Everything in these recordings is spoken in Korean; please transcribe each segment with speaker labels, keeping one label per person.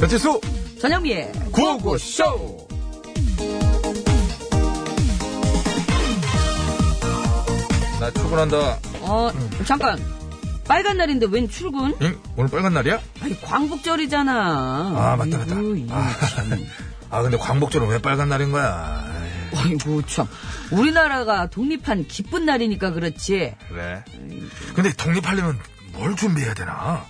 Speaker 1: 배치수
Speaker 2: 전영미의
Speaker 1: 구호구쇼 나 출근한다
Speaker 3: 어, 잠깐. 빨간 날인데 웬 출근?
Speaker 1: 응? 오늘 빨간 날이야?
Speaker 3: 아니, 광복절이잖아.
Speaker 1: 아 맞다 맞다
Speaker 3: 아이고, 이거 참.
Speaker 1: 아, 아 근데 광복절은 왜 빨간 날인 거야 에이,
Speaker 3: 아이고, 참. 우리나라가 독립한 기쁜 날이니까 그렇지.
Speaker 1: 그래 근데 독립하려면 뭘 준비해야 되나?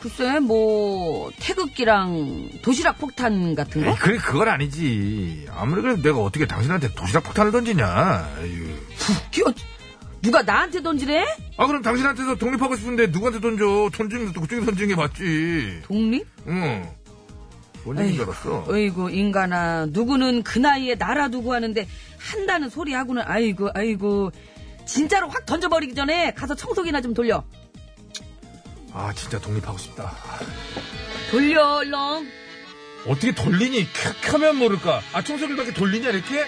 Speaker 3: 글쎄, 뭐, 태극기랑 도시락 폭탄 같은
Speaker 1: 에이,
Speaker 3: 거?
Speaker 1: 그래 그건 아니지 아무리 그래도 내가 어떻게 당신한테 도시락 폭탄을 던지냐 에휴.
Speaker 3: 귀여 누가 나한테 던지래?
Speaker 1: 아 그럼 당신한테서 독립하고 싶은데 누구한테 던져 던지는 것도 그쪽에 던지는 게 맞지
Speaker 3: 독립?
Speaker 1: 응 뭔지인 줄 알았어
Speaker 3: 어이구, 인간아. 누구는 그 나이에 나라 두고 하는데 한다는 소리 하고는, 아이고, 아이고. 진짜로 확 던져버리기 전에 가서 청소기나 좀 돌려.
Speaker 1: 아 진짜 독립하고 싶다
Speaker 3: 돌려, 얼렁.
Speaker 1: 어떻게 돌리니? 캬, 켜면 모를까? 아, 청소기밖에 돌리냐, 이렇게?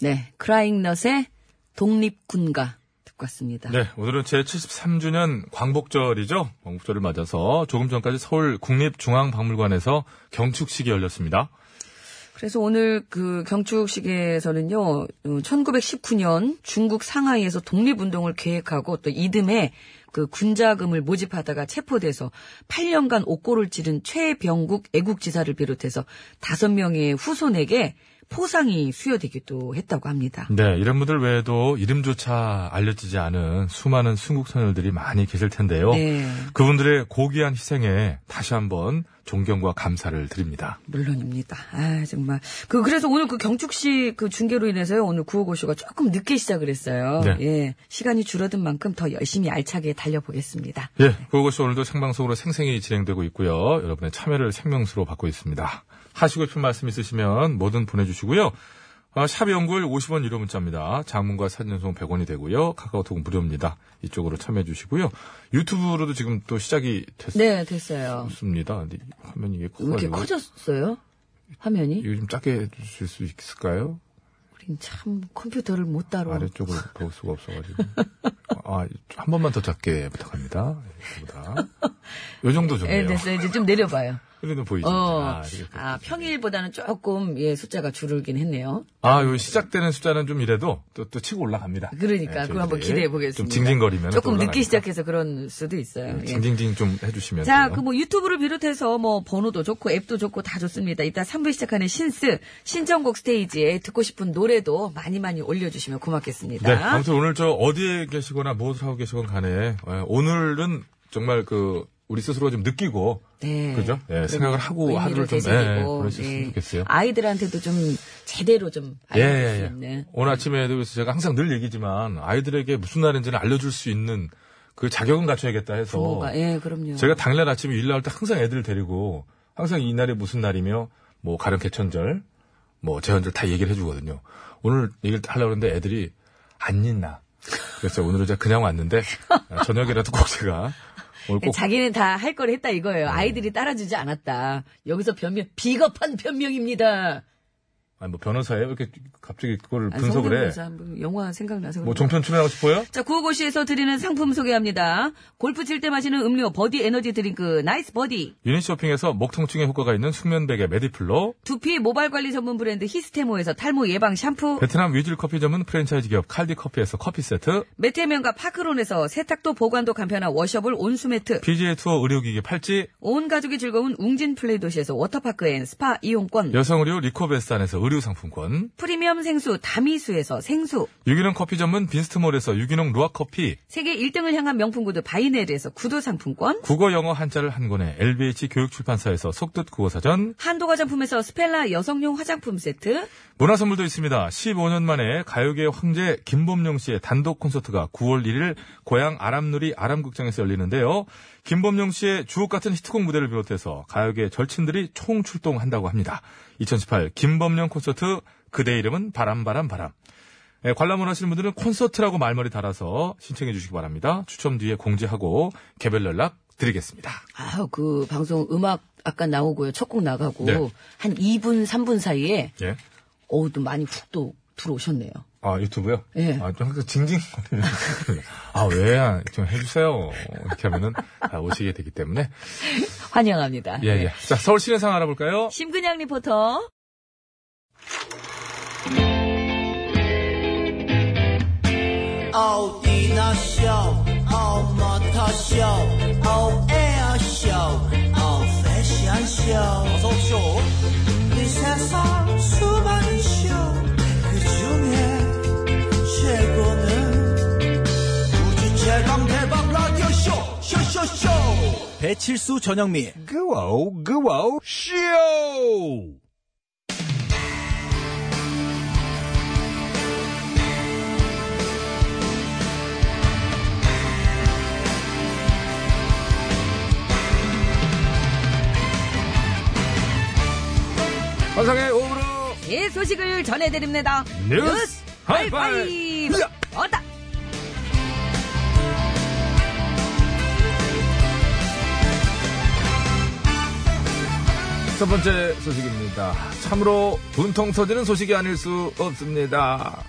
Speaker 3: 네, 크라잉넛의 독립군가 듣고 왔습니다.
Speaker 4: 네, 오늘은 제73주년 광복절이죠. 광복절을 맞아서 조금 전까지 서울 국립중앙박물관에서 경축식이 열렸습니다.
Speaker 3: 그래서 오늘 그 경축식에서는요, 1919년 중국 상하이에서 독립운동을 계획하고 또 이듬해 그 군자금을 모집하다가 체포돼서 8년간 옥고를 찌른 최병국 애국지사를 비롯해서 5명의 후손에게 포상이 수여되기도 했다고 합니다.
Speaker 4: 네, 이런 분들 외에도 이름조차 알려지지 않은 수많은 순국선열들이 많이 계실 텐데요.
Speaker 3: 네,
Speaker 4: 그분들의 고귀한 희생에 다시 한번 존경과 감사를 드립니다.
Speaker 3: 물론입니다. 아, 정말. 그, 그래서 오늘 그 경축식 그 중계로 인해서요, 오늘 구호고쇼가 조금 늦게 시작을 했어요.
Speaker 4: 네.
Speaker 3: 예. 시간이 줄어든 만큼 더 열심히 알차게 달려보겠습니다.
Speaker 4: 예, 그것이 오늘도 생방송으로 생생히 진행되고 있고요. 여러분의 참여를 생명수로 받고 있습니다. 하시고 싶은 말씀 있으시면 뭐든 보내주시고요. 아, 샵 연구일 50원 유료 문자입니다. 장문과 사진 연속 100원이 되고요. 카카오톡 무료입니다. 이쪽으로 참여해 주시고요. 유튜브로도 지금 또 시작이
Speaker 3: 네, 됐어요.
Speaker 4: 됐습니다. 근데 화면이 이게
Speaker 3: 왜 이렇게
Speaker 4: 커가지고
Speaker 3: 커졌어요? 화면이?
Speaker 4: 이거 좀 작게 해주실 수 있을까요?
Speaker 3: 우린 참 컴퓨터를 못 예, 다뤄.
Speaker 4: 아래쪽을 볼 수가 없어가지고. 아, 한 번만 더 작게 부탁합니다. 예, 이거보다. 요 정도 정도.
Speaker 3: 네, 됐어요. 이제 좀 내려봐요.
Speaker 4: 이래도 보이죠?
Speaker 3: 어.
Speaker 4: 이렇게.
Speaker 3: 아, 평일보다는 조금, 예, 숫자가 줄긴 했네요.
Speaker 4: 아, 요 시작되는 숫자는 좀 이래도 또, 또 치고 올라갑니다.
Speaker 3: 그러니까,
Speaker 4: 네,
Speaker 3: 그거 한번
Speaker 4: 저희들이
Speaker 3: 기대해 보겠습니다.
Speaker 4: 좀 징징거리면. 또
Speaker 3: 조금 늦게
Speaker 4: 올라가니까.
Speaker 3: 시작해서 그런 수도 있어요.
Speaker 4: 네,
Speaker 3: 예.
Speaker 4: 징징징 좀 해주시면.
Speaker 3: 자, 그 뭐 유튜브를 비롯해서 뭐 번호도 좋고 앱도 좋고 다 좋습니다. 이따 3부 시작하는 신스 신청곡 스테이지에 듣고 싶은 노래도 많이 많이 올려주시면 고맙겠습니다.
Speaker 4: 네, 아무튼 오늘 저 어디에 계시거나 무엇을 하고 계시건 간에, 예, 오늘은 정말 그, 우리 스스로 좀 느끼고,
Speaker 3: 네.
Speaker 4: 그죠? 예, 생각을 하고 하루를
Speaker 3: 의미를
Speaker 4: 좀, 예,
Speaker 3: 되새기고
Speaker 4: 보내셨으면
Speaker 3: 예.
Speaker 4: 좋겠어요.
Speaker 3: 아이들한테도 좀 제대로 좀
Speaker 4: 예,
Speaker 3: 알려줄 수
Speaker 4: 예, 예.
Speaker 3: 있는.
Speaker 4: 오늘 아침에도 그래서 제가 항상 늘 얘기지만, 아이들에게 무슨 날인지는 알려줄 수 있는 그 자격은 갖춰야겠다 해서.
Speaker 3: 부모가 예, 그럼요.
Speaker 4: 어. 제가 당일날 아침에 일 나올 때 항상 애들 데리고 항상 이날이 무슨 날이며 뭐 가령 개천절 뭐 제헌절 다 얘기를 해주거든요. 오늘 얘기를 하려고 하는데 애들이 안 있나. 그래서 오늘은 제가 그냥 왔는데 저녁이라도 꼭 제가 오늘 꼭
Speaker 3: 예,
Speaker 4: 네.
Speaker 3: 자기는 다 할 걸 했다 이거예요. 아이들이 따라주지 않았다. 여기서 변명 비겁한 변명입니다.
Speaker 5: 아니 뭐 변호사예요? 이렇게 갑자기 그거를
Speaker 3: 아니,
Speaker 5: 분석을 해.
Speaker 3: 성대모사 뭐 영화 생각나서
Speaker 5: 뭐
Speaker 3: 그런
Speaker 5: 종편 출연하고 싶어요?
Speaker 3: 자, 구호고시에서 드리는 상품 소개합니다. 골프 칠 때 마시는 음료 버디 에너지 드링크 나이스 버디.
Speaker 5: 유닛쇼핑에서 목 통증에 효과가 있는 숙면베개 메디플로
Speaker 3: 두피 모발 관리 전문 브랜드 히스테모에서 탈모 예방 샴푸.
Speaker 5: 베트남 위즐 커피 전문 프랜차이즈 기업 칼디 커피에서 커피 세트
Speaker 3: 메테면과 파크론에서 세탁도 보관도 간편한 워셔블 온수 매트.
Speaker 5: PGA 투어 의료기기 팔찌
Speaker 3: 온 가족이 즐거운 웅진 플레이 도시에서 워터파크 앤 스파 이용권.
Speaker 5: 여성의료 리코베스탄에서 의류상품권
Speaker 3: 프리미엄 생수 다미수에서 생수.
Speaker 5: 유기농 커피 전문 빈스트몰에서 유기농 루아커피
Speaker 3: 세계 1등을 향한 명품 구두 바이네르에서 구두 상품권.
Speaker 5: 국어 영어 한자를 한 권에 LBH 교육출판사에서 속뜻 국어사전
Speaker 3: 한도가 장품에서 스펠라 여성용 화장품 세트.
Speaker 5: 문화선물도 있습니다. 15년 만에 가요계 황제 김범룡 씨의 단독 콘서트가 9월 1일 고향 아람누리 아람극장에서 열리는데요. 김범룡 씨의 주옥같은 히트곡 무대를 비롯해서 가요계 절친들이 총출동한다고 합니다. 2018 김범룡 콘서트 그대 이름은 바람바람 바람 예, 관람 원하시는 분들은 콘서트라고 말머리 달아서 신청해 주시기 바랍니다. 추첨 뒤에 공지하고 개별 연락 드리겠습니다.
Speaker 3: 아우, 그 방송 음악 아까 나오고요. 첫 곡 나가고.
Speaker 5: 네.
Speaker 3: 한 2분, 3분 사이에
Speaker 5: 예.
Speaker 3: 어우, 또 많이 훅 또 들어오셨네요.
Speaker 5: 아, 유튜브요?
Speaker 3: 예.
Speaker 5: 아, 좀 항상 징징거리는. 아, 왜, 좀 해주세요. 이렇게 하면은, 아, 오시게 되기 때문에.
Speaker 3: 환영합니다.
Speaker 5: 예, 예. 자, 서울 시내 상황 알아볼까요?
Speaker 3: 심근양 리포터.
Speaker 6: 어디나 쇼 어머터 쇼 어에어 쇼 어패션 쇼 어서 오쇼 이 세상 수많은 쇼그 중에 최고는 우주 최강 대박 라디오 쇼 쇼쇼쇼 배칠수 전영미
Speaker 4: 그와우, 그와우, 쇼! 환상의 오브로
Speaker 3: 예, 소식을 전해드립니다.
Speaker 5: 뉴스
Speaker 3: 하이파이브.
Speaker 5: 하이파이브.
Speaker 3: 어다.
Speaker 4: 첫 번째 소식입니다. 참으로 분통 터지는 소식이 아닐 수 없습니다.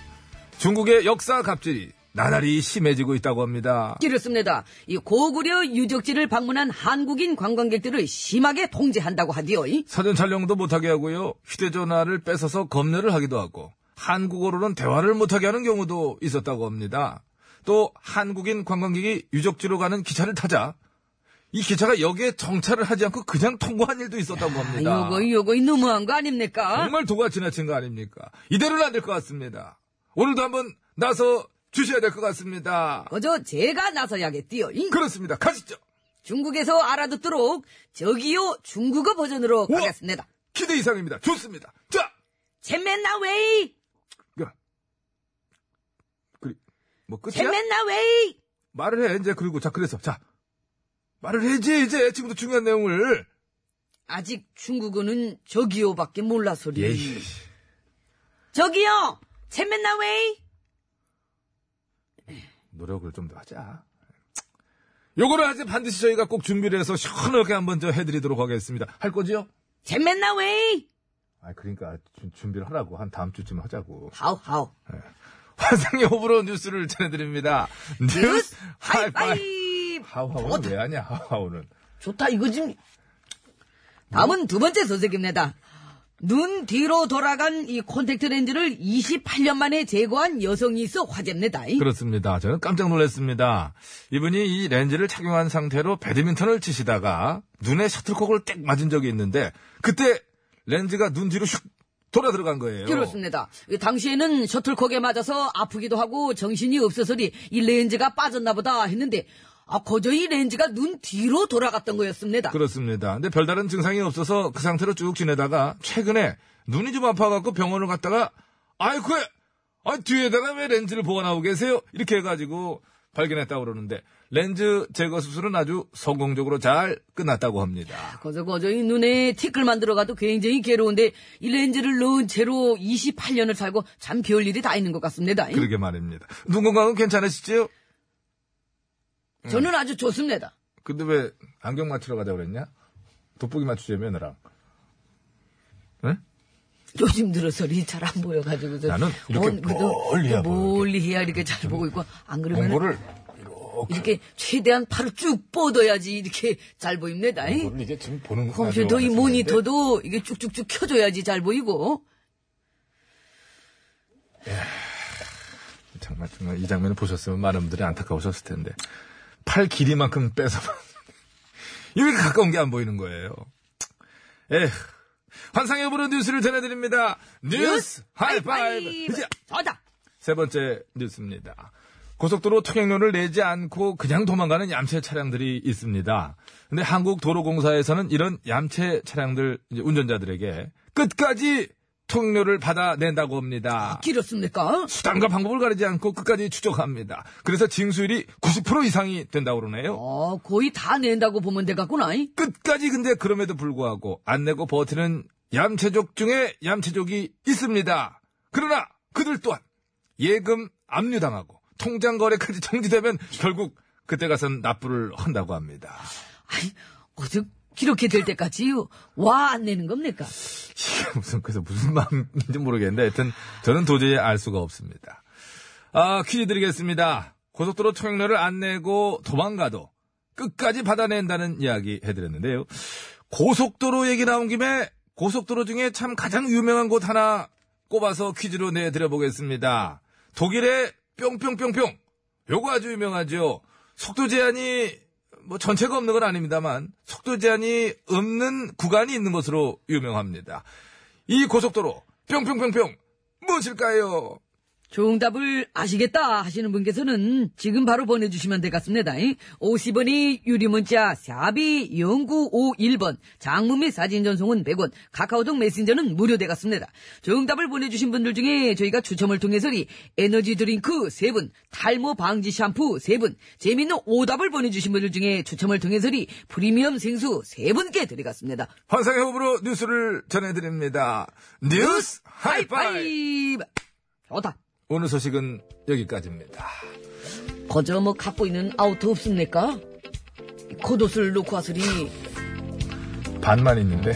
Speaker 4: 중국의 역사 갑질이 나날이 심해지고 있다고 합니다.
Speaker 3: 이렇습니다. 이 고구려 유적지를 방문한 한국인 관광객들을 심하게 통제한다고 하디요.
Speaker 4: 사전 촬영도 못하게 하고요. 휴대전화를 뺏어서 검열을 하기도 하고 한국어로는 대화를 못하게 하는 경우도 있었다고 합니다. 또 한국인 관광객이 유적지로 가는 기차를 타자 이 기차가 역에 정차를 하지 않고 그냥 통과한 일도 있었다고
Speaker 3: 아,
Speaker 4: 합니다.
Speaker 3: 요거 요거 이 너무한 거 아닙니까?
Speaker 4: 정말 도가 지나친 거 아닙니까? 이대로는 안 될 것 같습니다. 오늘도 한번 나서 주셔야 될 것 같습니다.
Speaker 3: 그저 제가 나서야겠디요. 이.
Speaker 4: 그렇습니다. 가시죠.
Speaker 3: 중국에서 알아듣도록 저기요 중국어 버전으로
Speaker 4: 우와.
Speaker 3: 가겠습니다.
Speaker 4: 기대 이상입니다. 좋습니다. 자,
Speaker 3: 젠맨나웨이,
Speaker 4: 야. 그리 뭐 끝이야?
Speaker 3: 젠맨나웨이.
Speaker 4: 말을 해, 이제. 그리고, 자, 그래서, 자. 말을 해야지, 이제. 지금부터 중요한 내용을.
Speaker 3: 아직 중국어는 저기요밖에 몰라 소리.
Speaker 4: 예,
Speaker 3: 저기요, 젠맨나웨이.
Speaker 4: 노력을 좀 더 하자. 요거를 아직 반드시 저희가 꼭 준비를 해서 시원하게 한번 저 해드리도록 하겠습니다. 할 거지요?
Speaker 3: 젠맨나웨이.
Speaker 4: 아, 그러니까 주- 준비를 하라고. 한 다음 주쯤 하자고.
Speaker 3: 하오 하오.
Speaker 4: 환상의 호불호 뉴스를 전해드립니다. 뉴스 하이파이.
Speaker 3: 하이파이.
Speaker 4: 하우하우는 왜 하냐, 하우하우는.
Speaker 3: 좋다 이거 지금. 다음은 두 번째 소식입니다. 눈 뒤로 돌아간 이 콘택트 렌즈를 28년 만에 제거한 여성이 있어 화제입니다.
Speaker 4: 그렇습니다. 저는 깜짝 놀랐습니다. 이분이 이 렌즈를 착용한 상태로 배드민턴을 치시다가 눈에 셔틀콕을 땡 맞은 적이 있는데 그때 렌즈가 눈 뒤로 슉 돌아 들어간 거예요.
Speaker 3: 그렇습니다. 이 당시에는 셔틀콕에 맞아서 아프기도 하고 정신이 없어서리 이 렌즈가 빠졌나 보다 했는데 아, 거저 이 렌즈가 눈 뒤로 돌아갔던 거였습니다.
Speaker 4: 그렇습니다. 근데 별다른 증상이 없어서 그 상태로 쭉 지내다가 최근에 눈이 좀 아파갖고 병원을 갔다가 아이쿠 아 뒤에다가 왜 렌즈를 보관하고 계세요? 이렇게 해가지고 발견했다고 그러는데 렌즈 제거 수술은 아주 성공적으로 잘 끝났다고 합니다.
Speaker 3: 거저 거저 이 눈에 티끌만 들어가도 굉장히 괴로운데 이 렌즈를 넣은 채로 28년을 살고 참 배울 일이 다 있는 것 같습니다.
Speaker 4: 그러게 말입니다. 눈 건강은 괜찮으시지요?
Speaker 3: 저는 아주 좋습니다.
Speaker 4: 근데 왜 안경 맞추러 가자고 그랬냐? 돋보기 맞추자며, 너랑.
Speaker 3: 요즘 들어서 리잘 안 보여가지고
Speaker 4: 나는 이렇게 멀리 해야 보여,
Speaker 3: 뭐 멀리 해야 이렇게 잘 보고 있고 안 그러면
Speaker 4: 공고를 어.
Speaker 3: 이렇게 최대한 팔을 쭉 뻗어야지 이렇게 잘 보입니다. 잉?
Speaker 4: 이거를 이게 지금 보는
Speaker 3: 컴퓨터 네? 이
Speaker 4: 라디오
Speaker 3: 모니터도 이게 쭉쭉쭉 켜줘야지 잘 보이고
Speaker 4: 같은데. 정말 정말 이 장면을 보셨으면 많은 분들이 안타까우셨을 텐데 팔 길이만큼 빼서 이렇게 가까운 게 안 보이는 거예요. 에휴. 환상의 보는 뉴스를 전해드립니다. 뉴스 하이파이브. 이제
Speaker 3: 저다.
Speaker 4: 세 번째 뉴스입니다. 고속도로 통행료를 내지 않고 그냥 도망가는 얌체 차량들이 있습니다. 근데 한국도로공사에서는 이런 얌체 차량들 이제 운전자들에게 끝까지 통행료를 받아낸다고 합니다.
Speaker 3: 길었습니까?
Speaker 4: 수단과 방법을 가리지 않고 끝까지 추적합니다. 그래서 징수율이 90% 이상이 된다고 그러네요.
Speaker 3: 어 거의 다 낸다고 보면 되겠구나. 잉?
Speaker 4: 끝까지 근데 그럼에도 불구하고 안 내고 버티는 얌체족 중에 얌체족이 있습니다. 그러나 그들 또한 예금 압류당하고 통장 거래까지 정지되면 결국 그때 가선 납부를 한다고 합니다.
Speaker 3: 아이 어제 이렇게 될 때까지 와 안 내는 겁니까?
Speaker 4: 이게 무슨 그래서 무슨 마음인지 모르겠는데 하여튼 저는 도저히 알 수가 없습니다. 아 퀴즈 드리겠습니다. 고속도로 통행료를 안 내고 도망가도 끝까지 받아낸다는 이야기 해드렸는데요. 고속도로 얘기 나온 김에 고속도로 중에 참 가장 유명한 곳 하나 꼽아서 퀴즈로 내드려보겠습니다. 독일의 뿅뿅뿅뿅 요거 아주 유명하죠. 속도 제한이 뭐 전체가 없는 건 아닙니다만 속도 제한이 없는 구간이 있는 것으로 유명합니다. 이 고속도로 뿅뿅뿅뿅 무엇일까요?
Speaker 3: 정답을 아시겠다 하시는 분께서는 지금 바로 보내주시면 되겠습니다. 50원이 유리문자 샵이 0951번 장문 및 사진 전송은 100원 카카오톡 메신저는 무료 되겠습니다. 정답을 보내주신 분들 중에 저희가 추첨을 통해서 이 에너지 드링크 3분 탈모 방지 샴푸 3분 재미있는 오답을 보내주신 분들 중에 추첨을 통해서 이 프리미엄 생수 3분께 드리겠습니다.
Speaker 4: 환상의 호흡으로 뉴스를 전해드립니다. 뉴스 하이파이!
Speaker 3: 하이파이브 좋다.
Speaker 4: 오늘 소식은 여기까지입니다.
Speaker 3: 거저 뭐 갖고 있는 아우터 없습니까? 겉옷을 놓고 왔으니
Speaker 4: 반만 있는데.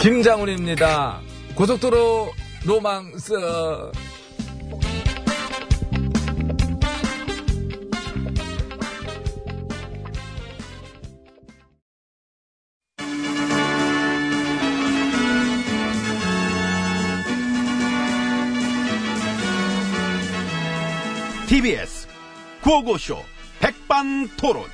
Speaker 4: 김장훈입니다. 고속도로 로망스.
Speaker 7: TBS 구호고쇼 백반토론.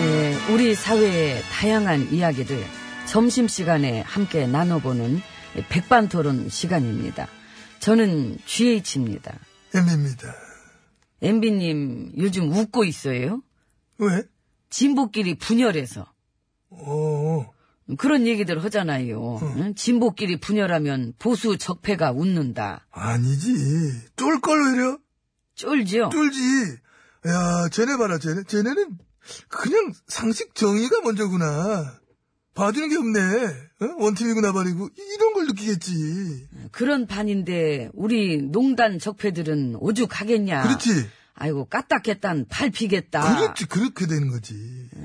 Speaker 3: 예, 우리 사회의 다양한 이야기를 점심시간에 함께 나눠보는 백반토론 시간입니다. 저는 GH입니다.
Speaker 4: 엠입니다.
Speaker 3: MB님 요즘 웃고 있어요?
Speaker 4: 왜?
Speaker 3: 진보끼리 분열해서
Speaker 4: 어,
Speaker 3: 그런 얘기들 하잖아요. 응? 진보끼리 분열하면 보수 적폐가 웃는다.
Speaker 4: 아니지. 쫄걸 외려?
Speaker 3: 쫄죠?
Speaker 4: 쫄지. 야, 쟤네 봐라, 쟤네. 쟤네는 그냥 상식 정의가 먼저구나. 봐주는 게 없네. 어? 원팀이구나, 말이고. 이- 이런 걸 느끼겠지.
Speaker 3: 그런 판인데 우리 농단 적폐들은 오죽하겠냐.
Speaker 4: 그렇지.
Speaker 3: 아이고 까딱했단 팔피겠다.
Speaker 4: 그렇지, 그렇게 되는 거지.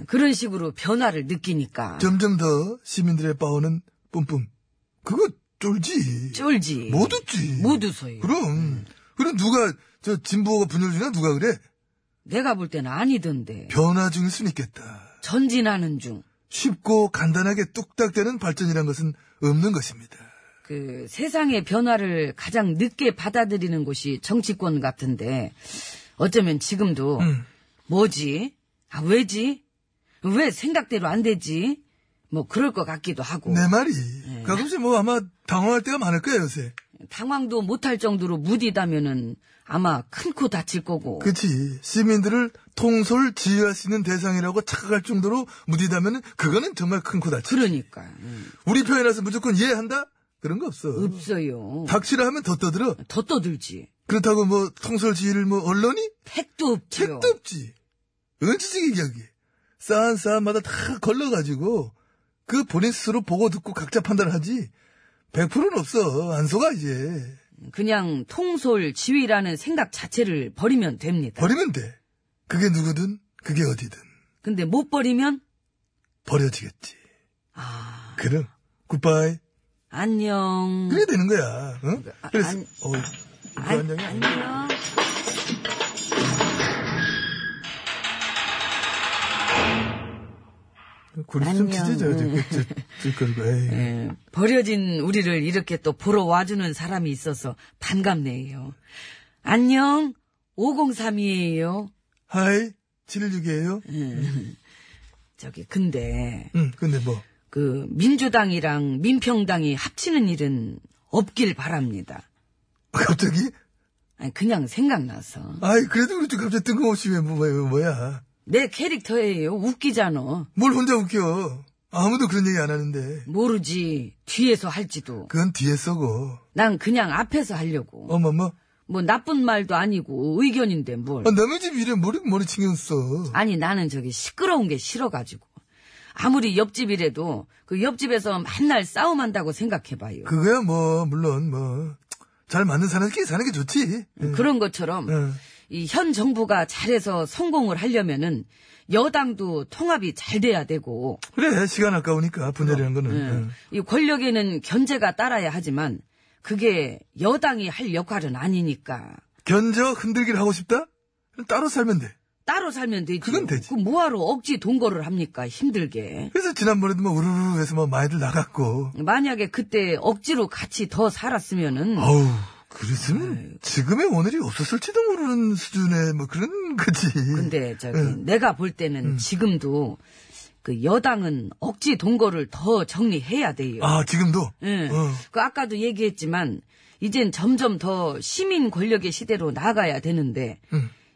Speaker 3: 그런 식으로 변화를 느끼니까
Speaker 4: 점점 더 시민들의 빠오는 뿜뿜. 그거 쫄지.
Speaker 3: 쫄지.
Speaker 4: 못 웃지.
Speaker 3: 못 웃어요.
Speaker 4: 그럼. 그럼 누가, 저, 진보가 분열주나 누가 그래?
Speaker 3: 내가 볼 때는 아니던데.
Speaker 4: 변화 중일 순 있겠다.
Speaker 3: 전진하는 중.
Speaker 4: 쉽고 간단하게 뚝딱되는 발전이란 것은 없는 것입니다.
Speaker 3: 그 세상의 변화를 가장 늦게 받아들이는 곳이 정치권 같은데 어쩌면 지금도
Speaker 4: 음.
Speaker 3: 뭐지? 아 왜지? 왜 생각대로 안 되지? 뭐 그럴 것 같기도 하고
Speaker 4: 내 말이. 가끔씩 뭐 아마 당황할 때가 많을 거예요, 요새.
Speaker 3: 당황도 못할 정도로 무디다면은 아마 큰 코 다칠 거고
Speaker 4: 그치. 시민들을 통솔 지휘할 수 있는 대상이라고 착각할 정도로 무디다면 그거는 정말 큰 코다치.
Speaker 3: 그러니까 음,
Speaker 4: 우리 편이라서 무조건 이해한다? 그런 거 없어.
Speaker 3: 없어요.
Speaker 4: 박치라 하면 더 떠들어.
Speaker 3: 더 떠들지.
Speaker 4: 그렇다고 뭐 통솔 지휘를 뭐 언론이?
Speaker 3: 택도 없지요.
Speaker 4: 책도 없지. 은지적인 이야기. 싸한 싸한마다 다 걸러가지고 그 본인 스스로 보고 듣고 각자 판단하지. 100%는 없어. 안 속아 이제.
Speaker 3: 그냥 통솔 지휘라는 생각 자체를 버리면 됩니다.
Speaker 4: 버리면 돼. 그게 누구든 그게 어디든
Speaker 3: 근데 못 버리면
Speaker 4: 버려지겠지.
Speaker 3: 아.
Speaker 4: 그럼 굿바이.
Speaker 3: 안녕.
Speaker 4: 그게 되는 거야. 응? 그래서
Speaker 3: 안-
Speaker 4: 어,
Speaker 3: 아,
Speaker 4: 그 안녕이 아니야.
Speaker 3: 안녕.
Speaker 4: 구리 좀
Speaker 3: 안녕.
Speaker 4: 찢어져요. 찢걸고 에이.
Speaker 3: 예, 버려진 우리를 이렇게 또 보러 와주는 사람이 있어서 반갑네요. 안녕. 503이에요.
Speaker 4: 하이 716이에요.
Speaker 3: 저기 근데
Speaker 4: 응. 근데 뭐
Speaker 3: 그 민주당이랑 민평당이 합치는 일은 없길 바랍니다.
Speaker 4: 갑자기?
Speaker 3: 아니, 그냥 생각나서.
Speaker 4: 아이 그래도 그렇지 갑자기 뜬금없이 왜, 뭐, 왜 뭐야?
Speaker 3: 내 캐릭터예요. 웃기잖아.
Speaker 4: 뭘 혼자 웃겨? 아무도 그런 얘기 안 하는데.
Speaker 3: 모르지. 뒤에서 할지도.
Speaker 4: 그건 뒤에 써고.
Speaker 3: 난 그냥 앞에서 하려고.
Speaker 4: 어머 머
Speaker 3: 뭐 나쁜 말도 아니고 의견인데 뭘.
Speaker 4: 아, 남의 집 일에 머리 머리 신경 써.
Speaker 3: 아니 나는 저기 시끄러운 게 싫어가지고. 아무리 옆집이라도 그 옆집에서 맨날 싸움한다고 생각해봐요.
Speaker 4: 그거야 뭐 물론 뭐 잘 맞는 사람끼리 사는 게 좋지.
Speaker 3: 그, 런 것처럼
Speaker 4: 응.
Speaker 3: 이 현 정부가 잘해서 성공을 하려면은 여당도 통합이 잘 돼야 되고
Speaker 4: 그래 시간 아까우니까 분열이라는 거는.
Speaker 3: 네.
Speaker 4: 응.
Speaker 3: 이 권력에는 견제가 따라야 하지만 그게 여당이 할 역할은 아니니까
Speaker 4: 견저 흔들기를 하고 싶다? 그럼 따로 살면 돼.
Speaker 3: 따로 살면 되지.
Speaker 4: 그건 되지.
Speaker 3: 그 뭐하러 억지 동거를 합니까? 힘들게.
Speaker 4: 그래서 지난번에도 뭐 우르르 해서 뭐 많이들 나갔고.
Speaker 3: 만약에 그때 억지로 같이 더 살았으면은
Speaker 4: 아우
Speaker 3: 네.
Speaker 4: 그랬으면 지금의 오늘이 없었을지도 모르는 수준의 뭐 그런 거지.
Speaker 3: 근데 저기
Speaker 4: 응.
Speaker 3: 내가 볼 때는
Speaker 4: 음.
Speaker 3: 지금도 그 여당은 억지 동거를 더 정리해야 돼요.
Speaker 4: 아 지금도.
Speaker 3: 예.
Speaker 4: 어.
Speaker 3: 그 아까도 얘기했지만 이젠 점점 더 시민 권력의 시대로 나아가야 되는데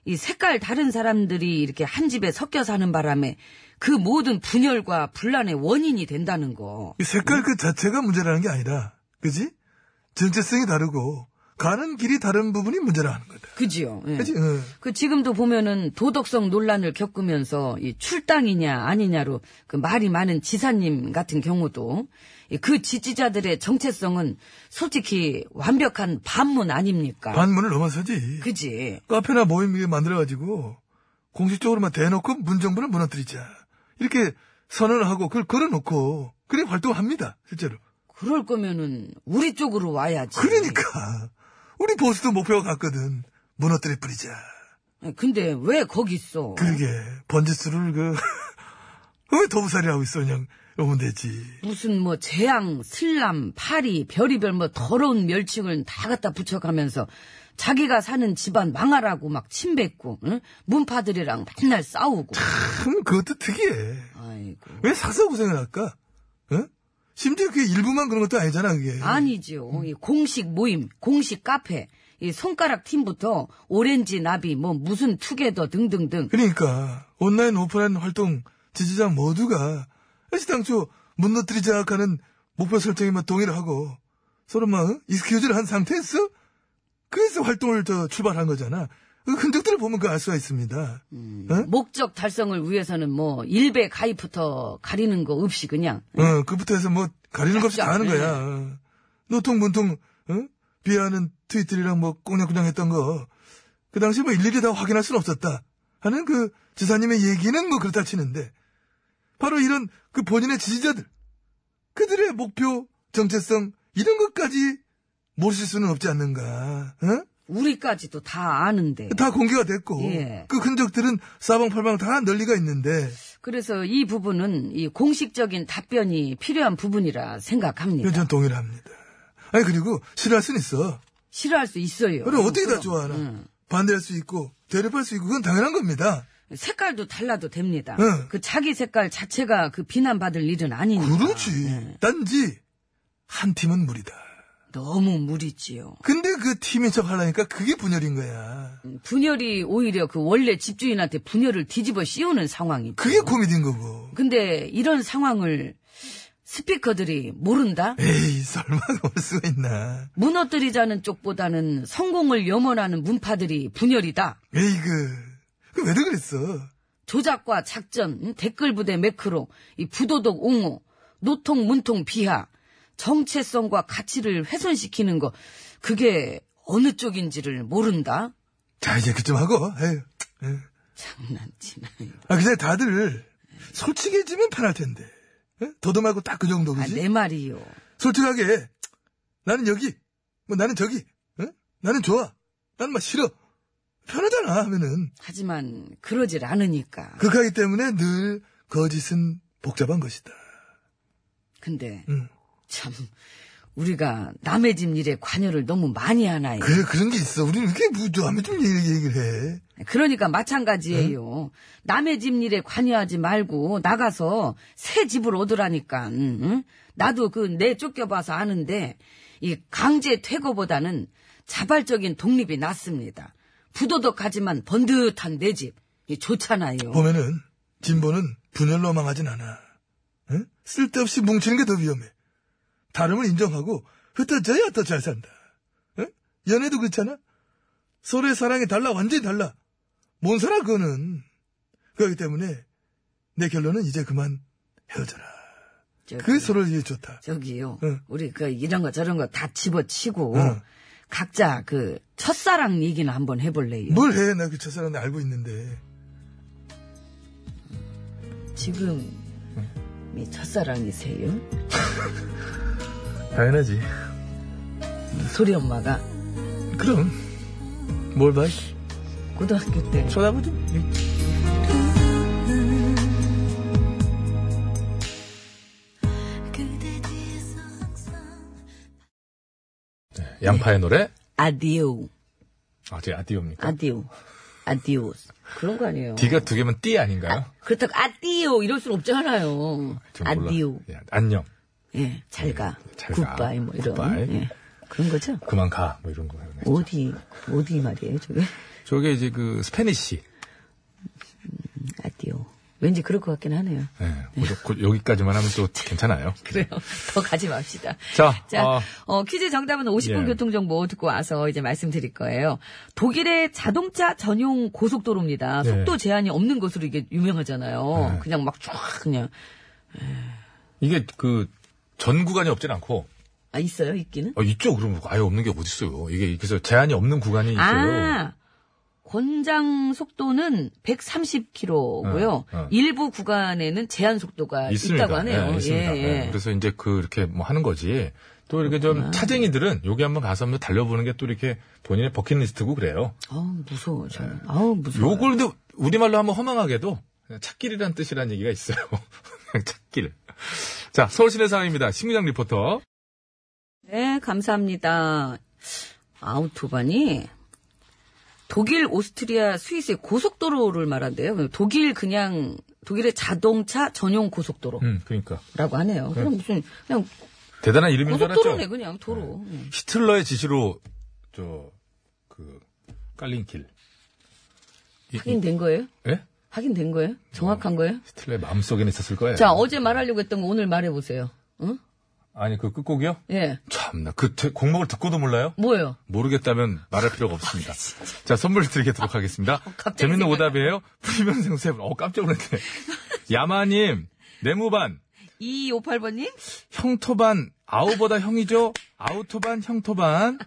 Speaker 3: 이 색깔 다른 사람들이 이렇게 한 집에 섞여 사는 바람에 그 모든 분열과 분란의 원인이 된다는 거.
Speaker 4: 이 색깔 그 자체가 문제라는 게 아니라, 그지? 정체성이 다르고, 가는 길이 다른 부분이 문제라는 거다.
Speaker 3: 그지요. 예.
Speaker 4: 그지? 응.
Speaker 3: 그 지금도 보면은 도덕성 논란을 겪으면서 이 출당이냐 아니냐로 그 말이 많은 지사님 같은 경우도 이그 지지자들의 정체성은 솔직히 완벽한 반문 아닙니까?
Speaker 4: 반문을 넘어서지.
Speaker 3: 그지.
Speaker 4: 카페나 모임 이렇게 만들어가지고, 공식적으로만 대놓고 문정부를 무너뜨리자. 이렇게 선언하고, 그걸 걸어놓고, 그래 활동합니다. 실제로.
Speaker 3: 그럴 거면은 우리 쪽으로 와야지.
Speaker 4: 그러니까. 우리 보수도 목표가 같거든. 무너뜨려 뿌리자.
Speaker 3: 근데 왜 거기 있어?
Speaker 4: 그러게, 번지수를 그, 왜 도부살이 하고 있어, 그냥. 이러면 되지.
Speaker 3: 무슨 뭐 재앙, 슬람, 파리, 별이별 뭐 더러운 멸칭을 다 갖다 붙여가면서 자기가 사는 집안 망하라고 막 침뱉고 응? 문파들이랑 맨날 싸우고.
Speaker 4: 참, 그것도 특이해.
Speaker 3: 아이고.
Speaker 4: 왜 사서 고생을 할까? 응? 심지어 그게 일부만 그런 것도 아니잖아, 그게.
Speaker 3: 아니지요.
Speaker 4: 음.
Speaker 3: 이 공식 모임, 공식 카페, 이 손가락 팀부터 오렌지 나비 뭐 무슨 투게더 등등등.
Speaker 4: 그러니까, 온라인, 오프라인 활동 지지자 모두가, 시당초 문너뜨리자 하는 목표 설정에만 동의를 하고, 서로 막, 어? 익스큐즈를 한 상태에서, 그래서 활동을 저 출발한 거잖아. 그 흔적들을 보면 그 알 수가 있습니다. 응?
Speaker 3: 목적 달성을 위해서는 뭐 일배 가입부터 가리는 거 없이 그냥
Speaker 4: 어, 그부터 해서 뭐, 가리는 것 없이 다 하는 거야. 어. 노통, 문통, 어? 비하하는 트윗들이랑 뭐, 꽁냥꽁냥 했던 거. 그 당시 뭐, 일일이 다 확인할 수는 없었다. 하는 그, 지사님의 얘기는 뭐, 그렇다 치는데. 바로 이런, 그 본인의 지지자들. 그들의 목표, 정체성, 이런 것까지 모르실 수는 없지 않는가. 어?
Speaker 3: 우리까지도 다 아는데.
Speaker 4: 다 공개가 됐고.
Speaker 3: 예.
Speaker 4: 그 흔적들은 사방팔방 다 널리가 있는데.
Speaker 3: 그래서 이 부분은 이 공식적인 답변이 필요한 부분이라 생각합니다.
Speaker 4: 이건 전 동의를 합니다. 아니, 그리고, 싫어할 수는 있어.
Speaker 3: 싫어할 수 있어요.
Speaker 4: 그럼 어떻게 다
Speaker 3: 그럼,
Speaker 4: 좋아하나?
Speaker 3: 응.
Speaker 4: 반대할 수 있고, 대립할 수 있고, 그건 당연한 겁니다.
Speaker 3: 색깔도 달라도 됩니다.
Speaker 4: 응.
Speaker 3: 그 자기 색깔 자체가 그 비난받을 일은 아니니까.
Speaker 4: 그렇지. 단지, 한 팀은 무리다.
Speaker 3: 너무 무리지요.
Speaker 4: 근데 그 팀인 척 하려니까 그게 분열인 거야.
Speaker 3: 분열이 오히려 그 원래 집주인한테 분열을 뒤집어 씌우는 상황이죠.
Speaker 4: 그게 코미디인 거고.
Speaker 3: 근데 이런 상황을 스피커들이 모른다?
Speaker 4: 에이, 설마 올 수가 있나.
Speaker 3: 무너뜨리자는 쪽보다는 성공을 염원하는 문파들이 분열이다.
Speaker 4: 에이, 그, 그 왜도 그랬어?
Speaker 3: 조작과 작전, 응? 댓글 부대 매크로, 이 부도덕 옹호, 노통 문통 비하, 정체성과 가치를 훼손시키는 거, 그게 어느 쪽인지를 모른다.
Speaker 4: 자, 이제 그쯤 하고, 에휴. 에휴.
Speaker 3: 장난치나.
Speaker 8: 아, 그냥 다들 솔직해지면 편할 텐데. 응? 더도 말고 딱 그 정도,
Speaker 3: 아,
Speaker 8: 그지?
Speaker 3: 내 말이요.
Speaker 8: 솔직하게, 나는 여기, 뭐 나는 저기, 응? 나는 좋아, 나는 막 싫어. 편하잖아, 하면은.
Speaker 3: 하지만 그러질 않으니까.
Speaker 8: 극하기 때문에 늘 거짓은 복잡한 것이다.
Speaker 3: 근데
Speaker 8: 응.
Speaker 3: 참 우리가 남의 집 일에 관여를 너무 많이 하나요.
Speaker 8: 그래, 그런 게 있어. 우리는 왜 이렇게 무조하면 좀 얘기- 얘기를 해.
Speaker 3: 그러니까 마찬가지예요.
Speaker 8: 네?
Speaker 3: 남의 집 일에 관여하지 말고 나가서 새 집을 얻으라니까. 응? 응? 나도 그 내 쫓겨봐서 아는데 이 강제 퇴거보다는 자발적인 독립이 낫습니다. 부도덕하지만 번듯한 내 집. 이 좋잖아요.
Speaker 8: 보면은, 진보는 분열로 망하진 않아. 응? 쓸데없이 뭉치는 게 더 위험해. 다름을 인정하고 흩어져야 더 잘 산다. 응? 연애도 그렇잖아? 서로의 사랑이 달라, 완전히 달라. 뭔 사랑, 그거는. 그렇기 때문에, 내 결론은 이제 그만 헤어져라.
Speaker 3: 저기,
Speaker 8: 그게 네. 서로를 위해 좋다.
Speaker 3: 저기요.
Speaker 8: 응.
Speaker 3: 우리 그 이런 거 저런 거 다 집어치고
Speaker 8: 응.
Speaker 3: 각자 그 첫사랑 얘기는 한번 해볼래요.
Speaker 8: 뭘 해, 나 그 첫사람 나 알고 있는데.
Speaker 3: 지금
Speaker 8: 네.
Speaker 3: 이 첫사랑이세요?
Speaker 8: 당연하지.
Speaker 3: 소리 엄마가
Speaker 8: 그럼. 뭘 봐?
Speaker 3: 고등학교 때
Speaker 8: 쳐다보지? 네.
Speaker 4: 네, 양파의 노래?
Speaker 3: 아디오
Speaker 4: 아, 제 아띠오입니까?
Speaker 3: 아디오 아디오 그런 거 아니에요?
Speaker 4: D가 두 개면 띠 아닌가요?
Speaker 3: 그렇다고 아디오 이럴 순 없잖아요.
Speaker 4: 좀 몰라.
Speaker 3: 아디오
Speaker 4: 예, 안녕.
Speaker 3: 예 잘가
Speaker 4: 잘 가.
Speaker 3: 굿바이 뭐 이런
Speaker 4: 굿바이.
Speaker 3: 예. 그런 거죠?
Speaker 4: 그만 가. 뭐 이런 거. 하네.
Speaker 3: 어디 어디 말이에요 저게
Speaker 4: 저게 이제 그 스페니쉬.
Speaker 3: 아디오 왠지 그럴 것 같긴 하네요.
Speaker 4: 예, 그- 그- 여기까지만 하면 또 괜찮아요.
Speaker 3: 그래요. 더 가지 맙시다.
Speaker 4: 자, 아.
Speaker 3: 어, 퀴즈 정답은 50분
Speaker 4: 예.
Speaker 3: 교통정보 듣고 와서 이제 말씀드릴 거예요. 독일의 자동차 전용 고속도로입니다.
Speaker 4: 네.
Speaker 3: 속도 제한이 없는 것으로 이게 유명하잖아요. 그냥 막 쫙 그냥.
Speaker 4: 이게 그 전 구간이 없진 않고
Speaker 3: 아, 있어요? 있기는?
Speaker 4: 아, 있죠. 그럼 아예 없는 게 어딨어요. 이게 그래서 제한이 없는 구간이 네, 있어요.
Speaker 3: 아! 권장 속도는 130km고요.
Speaker 4: 어, 어.
Speaker 3: 일부 구간에는 제한 속도가
Speaker 4: 있습니다.
Speaker 3: 있다고 하네요.
Speaker 4: 예, 있습니다. 예,
Speaker 3: 예, 예.
Speaker 4: 그래서 이제 그 이렇게 뭐 하는 거지. 또 이렇게 좀 차쟁이들은 여기 한번 가서 한번 달려보는 게 또 이렇게 본인의 버킷리스트고 그래요.
Speaker 3: 아우, 무서워, 정말. 아우, 무서워.
Speaker 4: 네. 요걸 근데 우리말로 하면 허망하게도 그냥 찻길이란 뜻이라는 얘기가 있어요. 그냥 찻길. 자, 서울 시내 상황입니다. 신기장 리포터.
Speaker 3: 네, 감사합니다. 아우토반이 독일, 오스트리아, 스위스의 고속도로를 말한대요. 독일 그냥 독일의 자동차 전용 고속도로라고
Speaker 4: 음, 그러니까
Speaker 3: 하네요. 그럼 무슨 그냥
Speaker 4: 대단한 이름인 줄 알았죠.
Speaker 3: 고속도로네 그냥 도로. 예.
Speaker 4: 히틀러의 지시로 저 그 깔린 길. 이- 어. 이-
Speaker 3: 확인된 거예요?
Speaker 4: 예?
Speaker 3: 확인된 거예요? 정확한 거예요?
Speaker 4: 히틀러의 마음속에는 있었을 거예요.
Speaker 3: 자, 어제 말하려고 했던 거 오늘 말해 보세요. 응?
Speaker 4: 아니 그 끝곡이요?
Speaker 3: 예.
Speaker 4: 참나 그 제- 곡목을 듣고도 몰라요?
Speaker 3: 뭐예요?
Speaker 4: 모르겠다면 말할 필요가 없습니다. 자, 선물 드리도록 하겠습니다.
Speaker 3: 아, 어, 갑자기
Speaker 4: 재밌는
Speaker 3: 생각나.
Speaker 4: 오답이에요. 프리미엄 생수 해보 어, 깜짝 놀랐네. 야마님, 네모반,
Speaker 3: 258번 님?
Speaker 4: 형토반, 아우보다 형이죠? 아우토반, 형토반,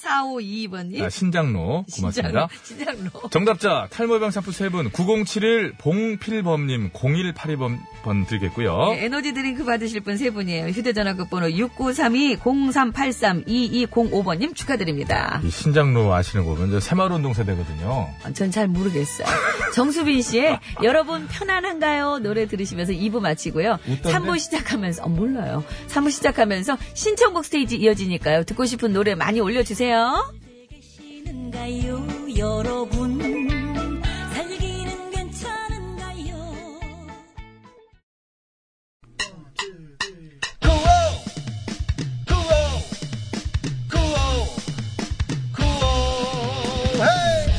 Speaker 3: 4522번 님?
Speaker 4: 아, 신장로. 고맙습니다.
Speaker 3: 진짜로. 진짜로.
Speaker 4: 정답자, 탈모예방 샴푸 세분 9071, 봉필범님, 0182번 드리겠고요.
Speaker 3: 네, 에너지 드링크 받으실 분 세 분이에요. 휴대전화 끝번호 6932-0383-2205번님 축하드립니다.
Speaker 4: 이 신장로 아시는 거 보면 저 새마을운동 세대거든요.
Speaker 3: 전 잘 모르겠어요. 정수빈 씨의 여러분 편안한가요? 노래 들으시면서 2부 마치고요.
Speaker 4: 웃던데?
Speaker 3: 3부 시작하면서, 어, 몰라요. 3부 시작하면서 신청곡 스테이지 이어지니까요. 듣고 싶은 노래 많이 올려주세요.
Speaker 9: 계시는가요 여러분 살기는 괜찮은가요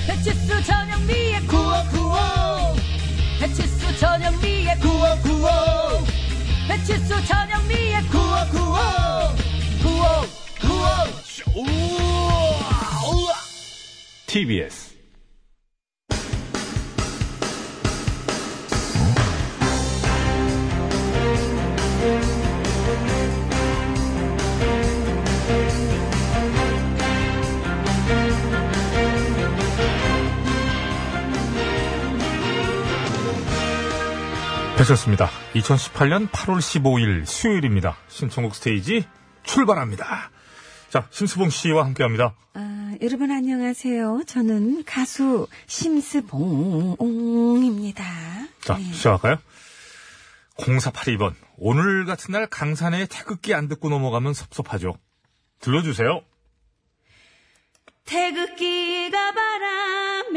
Speaker 3: 배치수 전영미의 구호구호 배치수 전영미의 구호구호 배치수 전영미의 구호
Speaker 4: TBS. 배쳤습니다. 2018년 8월 15일 수요일입니다. 신청곡 스테이지 출발합니다. 자, 심수봉 씨와 함께 합니다.
Speaker 10: 아, 여러분 안녕하세요. 저는 가수 심스봉입니다.
Speaker 4: 자, 시작할까요? 0482번. 오늘 같은 날 강산에 태극기 안 듣고 넘어가면 섭섭하죠. 들려주세요.
Speaker 3: 태극기가 바람에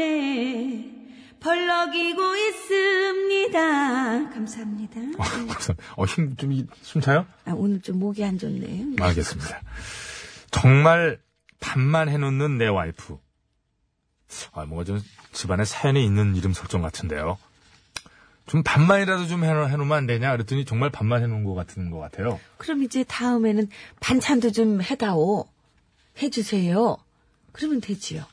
Speaker 3: 벌럭이고
Speaker 10: 아,
Speaker 3: 있습니다.
Speaker 10: 감사합니다.
Speaker 4: 어, 힘, 좀, 이- 숨 차요?
Speaker 10: 아, 오늘 좀 목이 안 좋네요.
Speaker 4: 알겠습니다. 정말 반만 해놓는 내 와이프. 아, 뭔가 좀 집안에 사연이 있는 이름 설정 같은데요. 좀 반만이라도 좀 해놓, 해놓으면 안 되냐? 그랬더니 정말 반만 해놓은 것 같은 것 같아요.
Speaker 10: 그럼 이제 다음에는 반찬도 좀 해다오. 해주세요. 그러면 되지요.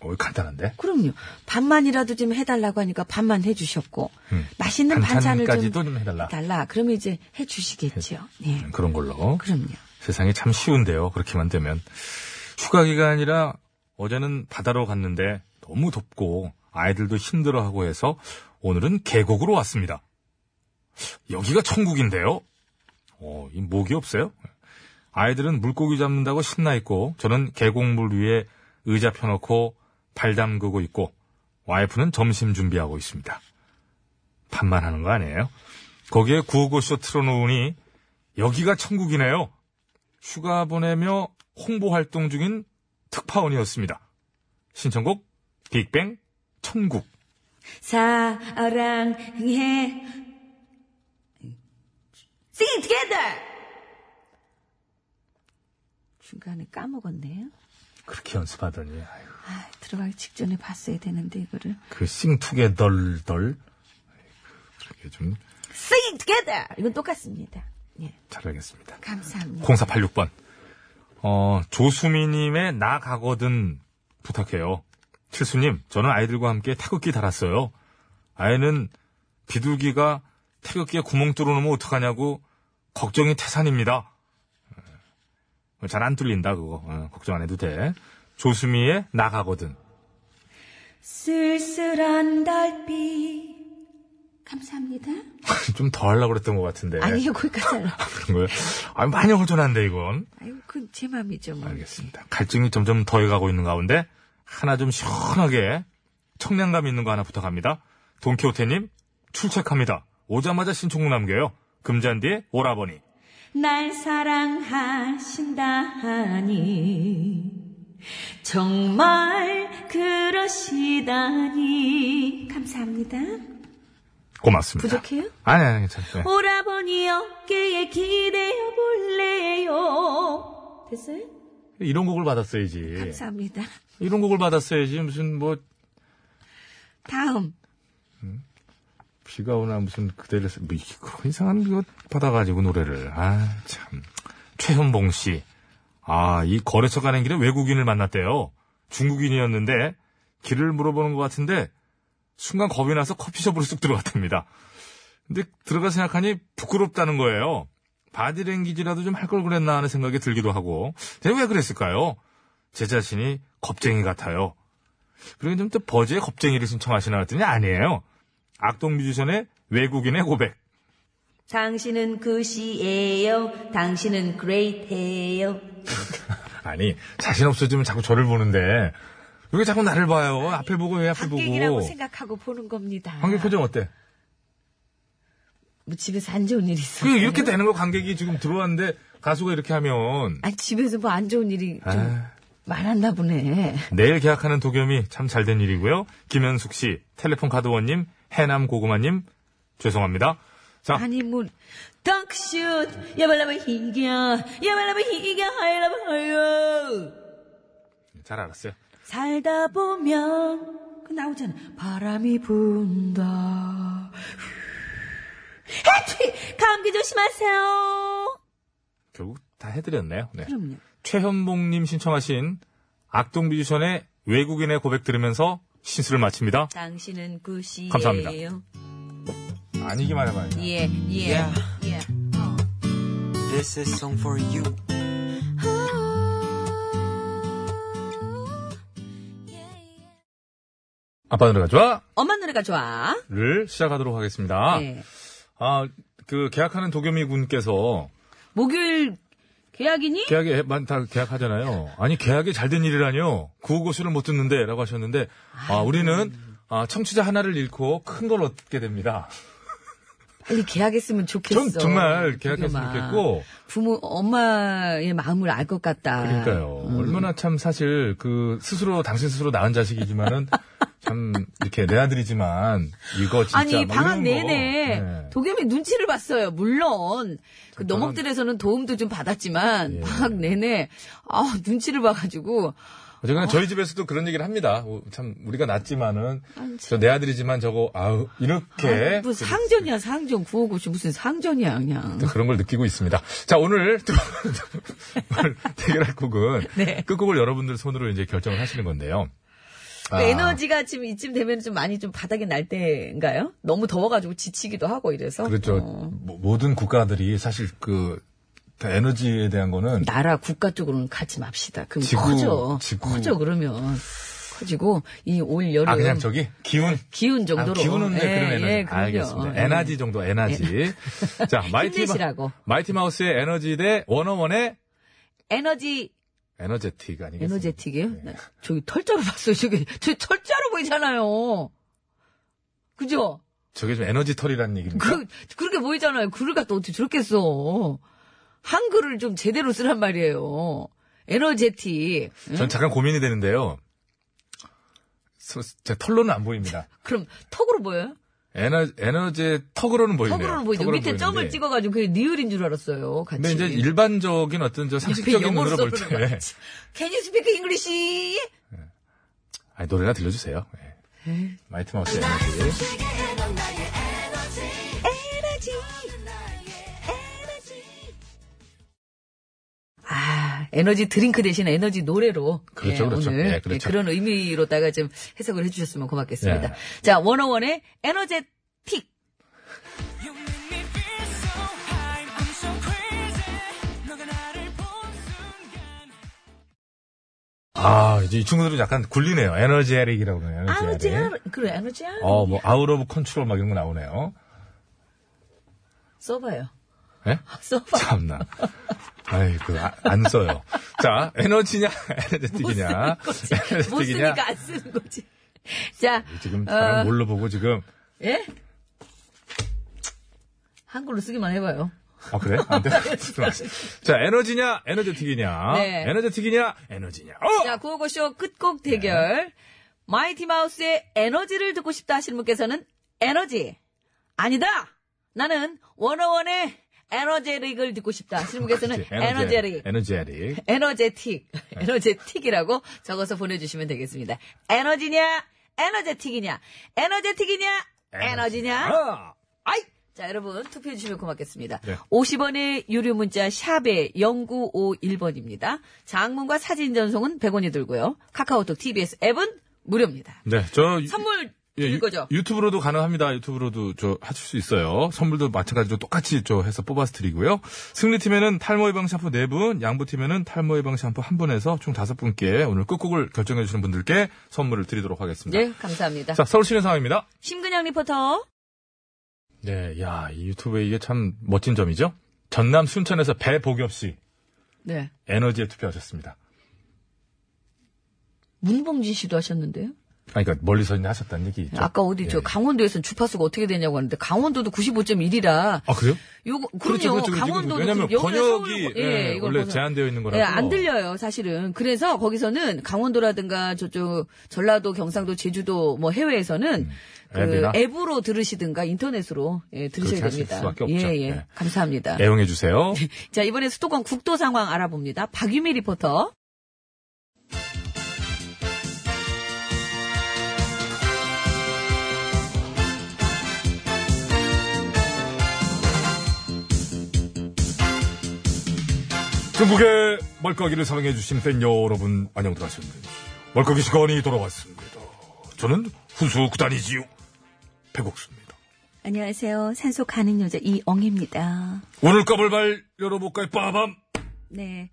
Speaker 4: 어, 간단한데?
Speaker 10: 그럼요. 반만이라도 좀 해달라고 하니까 반만 해주셨고
Speaker 4: 음.
Speaker 10: 맛있는 반찬을
Speaker 4: 반찬까지도
Speaker 10: 좀
Speaker 4: 좀 해달라.
Speaker 10: 달라. 그러면 이제 해주시겠죠. 네.
Speaker 4: 음, 그런 걸로.
Speaker 10: 그럼요.
Speaker 4: 세상이 참 쉬운데요. 그렇게만 되면. 휴가 기간이라 어제는 바다로 갔는데 너무 덥고 아이들도 힘들어하고 해서 오늘은 계곡으로 왔습니다. 여기가 천국인데요. 어, 이 목이 없어요? 아이들은 물고기 잡는다고 신나 있고 저는 계곡물 위에 의자 펴놓고 발 담그고 있고 와이프는 점심 준비하고 있습니다. 밥만 하는 거 아니에요? 거기에 구호고쇼 틀어놓으니 여기가 천국이네요. 휴가 보내며 홍보 활동 중인 특파원이었습니다. 신청곡 빅뱅 천국.
Speaker 10: 사랑해.
Speaker 3: Sing it together!
Speaker 10: 중간에 까먹었네요.
Speaker 4: 그렇게 연습하더니 아이고,
Speaker 10: 아, 들어가기 직전에 봤어야 되는데 이거를.
Speaker 4: 그 싱투게덜덜 그렇게 좀
Speaker 10: Sing it together. 이건 똑같습니다. 예,
Speaker 4: 잘하겠습니다. 네.
Speaker 10: 감사합니다.
Speaker 4: 0486번. 어, 조수미님의 나 가거든 부탁해요. 칠수님, 저는 아이들과 함께 태극기 달았어요. 아이는 비둘기가 태극기에 구멍 뚫어 놓으면 어떡하냐고 걱정이 태산입니다. 어, 잘 안 뚫린다, 그거. 어, 걱정 안 해도 돼. 조수미의 나 가거든.
Speaker 10: 쓸쓸한 달빛. 감사합니다.
Speaker 4: 좀 더 하려고 그랬던 것 같은데.
Speaker 10: 아니요, 거기까지는.
Speaker 4: 그런 거예요? 아, 많이 허전한데, 이건.
Speaker 10: 아이고, 그건 제 맘이죠, 뭐.
Speaker 4: 알겠습니다. 갈증이 점점 더해가고 있는 가운데 하나 좀 시원하게 청량감 있는 거 하나 부탁합니다. 돈키호테님 출첵합니다. 오자마자 신청곡 남겨요. 금잔디의 오라버니.
Speaker 3: 날 사랑하신다 하니 정말 그러시다니
Speaker 10: 감사합니다.
Speaker 4: 고맙습니다.
Speaker 10: 부족해요?
Speaker 4: 아니 아니 괜찮아요.
Speaker 3: 오라버니 어깨에 기대어 볼래요
Speaker 10: 됐어요?
Speaker 4: 네. 이런 곡을 받았어야지.
Speaker 10: 감사합니다.
Speaker 4: 이런 곡을 받았어야지 무슨 뭐
Speaker 10: 다음.
Speaker 4: 비가 오나 무슨 그대를 쓰- 뭐 이게 그런 이상한 이거 받아가지고 노래를 아 참 최현봉 씨아 이 거래처 가는 길에 외국인을 만났대요 중국인이었는데 길을 물어보는 것 같은데 순간 겁이 나서 커피숍으로 쑥 들어갔답니다 근데 들어가 생각하니 부끄럽다는 거예요 바디랭귀지라도 좀 할 걸 그랬나 하는 생각이 들기도 하고 근데 왜 그랬을까요 제 자신이 겁쟁이 같아요 그리고 좀 또 버즈의 겁쟁이를 신청하시나 했더니 아니에요 악동 뮤지션의 외국인의 고백.
Speaker 3: 당신은
Speaker 10: 그
Speaker 3: 굿이에요 당신은 그레이트예요
Speaker 4: 아니, 자신 없어지면 자꾸 저를 보는데, 왜 자꾸 나를 봐요? 앞에 보고 왜 앞에
Speaker 10: 합격이라고
Speaker 4: 보고.
Speaker 10: 생각하고 보는 겁니다.
Speaker 4: 관객 표정 어때?
Speaker 10: 뭐 집에서 안 좋은 일이 있어요.
Speaker 4: 그 이렇게 되는 거 관객이 지금 들어왔는데, 가수가 이렇게 하면,
Speaker 10: 아니, 집에서 뭐 안 좋은 일이 좀
Speaker 4: 아.
Speaker 10: 많았나 보네.
Speaker 4: 내일 계약하는 도겸이 참 잘 된 일이고요. 김현숙 씨, 텔레폰 카드원님, 해남 고구마님, 죄송합니다. 자,
Speaker 10: 아니, 뭐,
Speaker 3: 덕슛 야발라면 희겨 야발라면 희겨 하이라면 하요
Speaker 4: 잘 알았어요.
Speaker 3: 살다 보면
Speaker 10: 그 나오잖아. 바람이 분다.
Speaker 3: 감기 조심하세요
Speaker 4: 결국 다 해드렸네요. 네.
Speaker 10: 그럼요.
Speaker 4: 최현봉님 신청하신 악동 뮤지션의 외국인의 고백 들으면서 신수를 마칩니다.
Speaker 3: 당신은 굿이에요
Speaker 4: 감사합니다. 아니기만 해봐요.
Speaker 3: 예, 예, 예.
Speaker 6: This is song for you.
Speaker 4: 아빠 노래가 좋아를
Speaker 3: 엄마 노래가 좋아.
Speaker 4: 시작하도록 하겠습니다.
Speaker 3: 예.
Speaker 4: 아, 그 계약하는 도겸이 군께서
Speaker 3: 목요일 계약이니?
Speaker 4: 계약에 많다 계약하잖아요. 아니 계약이 잘 된 일이라뇨. 구호고수를 못 듣는데라고 하셨는데 아, 우리는 아, 청취자 하나를 잃고 큰 걸 얻게 됩니다.
Speaker 11: 빨리 계약했으면 좋겠어.
Speaker 4: 전 정말 계약했으면
Speaker 3: 도겸아.
Speaker 4: 좋겠고
Speaker 3: 부모, 엄마의 마음을 알 것 같다.
Speaker 4: 그러니까요.
Speaker 3: 음.
Speaker 4: 얼마나 참 사실 그 스스로 당신 스스로 낳은 자식이지만은 참 이렇게 내 아들이지만 이거 진짜
Speaker 3: 아니
Speaker 4: 막
Speaker 3: 방학
Speaker 4: 이런
Speaker 3: 내내
Speaker 4: 거. 네.
Speaker 3: 도겸이 눈치를 봤어요. 물론 그
Speaker 4: 잠깐만.
Speaker 3: 너목들에서는 도움도 좀 받았지만
Speaker 4: 예.
Speaker 3: 방학 내내 아 눈치를 봐가지고
Speaker 4: 어쨌거나 저희 집에서도 그런 얘기를 합니다. 어, 참 우리가 낳지만은 저 내 아들이지만 저거 아우 이렇게
Speaker 3: 뭐 상전이야 상전 구호고시 무슨 상전이야 그냥
Speaker 4: 또 그런 걸 느끼고 있습니다. 자, 오늘 또 오늘 대결할 곡은
Speaker 3: 네.
Speaker 4: 끝곡을 여러분들 손으로 이제 결정을 하시는 건데요. 아,
Speaker 3: 그 에너지가 지금 이쯤 되면 좀 많이 좀 바닥에 날 때인가요? 너무 더워가지고 지치기도 하고 이래서
Speaker 4: 그렇죠.
Speaker 3: 어,
Speaker 4: 모- 모든 국가들이 사실 그다 에너지에 대한 거는
Speaker 3: 나라 국가 쪽으로는 가지 맙시다. 그럼
Speaker 4: 지구,
Speaker 3: 커져
Speaker 4: 지구.
Speaker 3: 커져 그러면 커지고 이 올 여름
Speaker 4: 아 그냥 저기 기운
Speaker 3: 기운 정도로 예,
Speaker 4: 아, 기운은 네, 그런 에너지.
Speaker 3: 그럼요.
Speaker 4: 알겠습니다.
Speaker 3: 예.
Speaker 4: 에너지 정도 에너지. 자, 마이티
Speaker 3: 힘내시라고.
Speaker 4: 마이티 마우스의 에너지 대 원어원의
Speaker 3: 에너지
Speaker 4: 에너제틱 아니겠습니까?
Speaker 3: 에너제틱이에요?
Speaker 4: 네.
Speaker 3: 나 저기 털자로 봤어요. 저기 저 철자로 보이잖아요. 그죠?
Speaker 4: 저게 좀 에너지 털이라는 얘기입니다.
Speaker 3: 그 그렇게 보이잖아요. 글을 갖다 어떻게 저렇게 써? 한글을 좀 제대로 쓰란 말이에요. 에너제틱. 응?
Speaker 4: 전 잠깐 고민이 되는데요. 서- 제 털로는 안 보입니다.
Speaker 3: 그럼 턱으로 보여요?
Speaker 4: 에너, 에너지 턱으로는 뭐, 보이네요.
Speaker 3: 턱으로는 보이죠. 밑에
Speaker 4: 보이는데.
Speaker 3: 점을 찍어가지고 그게 니을인 줄 알았어요. 같이.
Speaker 4: 근데 이제 일반적인 어떤
Speaker 3: 그
Speaker 4: 저 상식적인 눈으로 볼 때.
Speaker 3: Can you speak English?
Speaker 4: 아니, 노래나 들려주세요. 예. 마이트 마우스 에너지.
Speaker 3: 아, 에너지 드링크 대신 에너지 노래로.
Speaker 4: 그렇죠, 그렇죠.
Speaker 3: 오늘
Speaker 4: 예, 그렇죠.
Speaker 3: 런 의미로다가 좀 해석을 해주셨으면 고맙겠습니다.
Speaker 4: 예.
Speaker 3: 자, 원어원의 에너제틱.
Speaker 4: 아, 이제 이 친구들은 약간 굴리네요. 에너지에릭이라고 그러네요.
Speaker 3: 에너지,
Speaker 4: 에너지에릭.
Speaker 3: 그래, 에너지.
Speaker 4: 어, 뭐, 아웃 오브 컨트롤 막 이런 거 나오네요.
Speaker 3: 써봐요.
Speaker 4: 예?
Speaker 3: 써봐.
Speaker 4: 참나. 아이고, 아, 안 써요. 자, 에너지냐, 에너제틱이냐.
Speaker 3: 못 쓰는 거지. 못 쓰니까 안 쓰는 거지. 자,
Speaker 4: 지금
Speaker 3: 어,
Speaker 4: 사람 뭘로 보고 지금.
Speaker 3: 예? 한글로 쓰기만 해봐요.
Speaker 4: 아 그래? 안 돼? 하지 마세요. 자 에너지냐 에너제틱이냐
Speaker 3: 네.
Speaker 4: 에너제틱이냐 에너지냐 어!
Speaker 3: 자, 구호고쇼 네. 끝곡 대결. 마이티 마우스의 에너지를 듣고 싶다 하시는 분께서는 에너지. 아니다! 나는 원어원의 에너제릭을 듣고 싶다 하시는 분께서는
Speaker 4: 그치,
Speaker 3: 아, 에너제릭.
Speaker 4: 에너제릭
Speaker 3: 에너제틱, 에너제틱이라고 적어서 보내주시면 되겠습니다. 에너지냐, 에너제틱이냐, 에너제틱이냐, 에너지냐.
Speaker 4: 아!
Speaker 3: 아이! 자, 여러분, 투표해주시면 고맙겠습니다.
Speaker 4: 네.
Speaker 3: 50원의 유료 문자 샵에 0951번입니다. 장문과 사진 전송은 100원이 들고요. 카카오톡 TBS 앱은 무료입니다.
Speaker 4: 네, 저 유-
Speaker 3: 선물
Speaker 4: 예,
Speaker 3: 드릴
Speaker 4: 유-
Speaker 3: 거죠?
Speaker 4: 유튜브로도 가능합니다. 유튜브로도 저 하실 수 있어요. 선물도 마찬가지로 똑같이 저 해서 뽑아서 드리고요. 승리팀에는 탈모 예방 샴푸 4분, 양보팀에는 탈모 예방 샴푸 1분에서 총 5분께 오늘 끝곡을 결정해 주시는 분들께 선물을 드리도록 하겠습니다.
Speaker 3: 네, 감사합니다.
Speaker 4: 자, 서울시내 상황입니다.
Speaker 3: 심근양 리포터.
Speaker 4: 네, 야, 이 유튜브에 이게 참 멋진 점이죠. 전남 순천에서 배보겹 씨
Speaker 3: 네.
Speaker 4: 에너지에 투표하셨습니다.
Speaker 3: 문봉진 씨도 하셨는데요?
Speaker 4: 아니, 그러니까 멀리서 이제 하셨다는 얘기죠.
Speaker 3: 아까 어디 저
Speaker 4: 예.
Speaker 3: 강원도에서는 주파수가 어떻게 되냐고 하는데 강원도도 95.1이라
Speaker 4: 아 그래요?
Speaker 3: 요거 그럼요.
Speaker 4: 그렇죠, 그렇죠, 그렇죠.
Speaker 3: 강원도도
Speaker 4: 왜냐면
Speaker 3: 지금 여기는
Speaker 4: 번역이
Speaker 3: 서울-
Speaker 4: 예,
Speaker 3: 이걸
Speaker 4: 원래
Speaker 3: 벗어-
Speaker 4: 제한되어 있는 거라서.
Speaker 3: 예, 안 들려요, 사실은. 그래서 거기서는 강원도라든가 저쪽 전라도, 경상도, 제주도 뭐 해외에서는 그
Speaker 4: 음, 앱이나?
Speaker 3: 앱으로 들으시든가 인터넷으로 예,
Speaker 4: 그렇게
Speaker 3: 들으셔야
Speaker 4: 하실
Speaker 3: 됩니다.
Speaker 4: 수밖에 없죠.
Speaker 3: 예, 예.
Speaker 4: 예.
Speaker 3: 감사합니다.
Speaker 4: 애용해 주세요.
Speaker 3: 자, 이번에 수도권 국도 상황 알아봅니다. 박유미 리포터.
Speaker 4: 중국의 말까기를 어. 사랑해 주신 팬 여러분 안녕들 하셨는지 말까기 시간이 돌아왔습니다. 저는 훈수 구단이지요 백옥수입니다.
Speaker 12: 안녕하세요. 산소 가는 여자 이엉입니다.
Speaker 4: 오늘 까불발 열어볼까요? 빠밤.
Speaker 12: 네.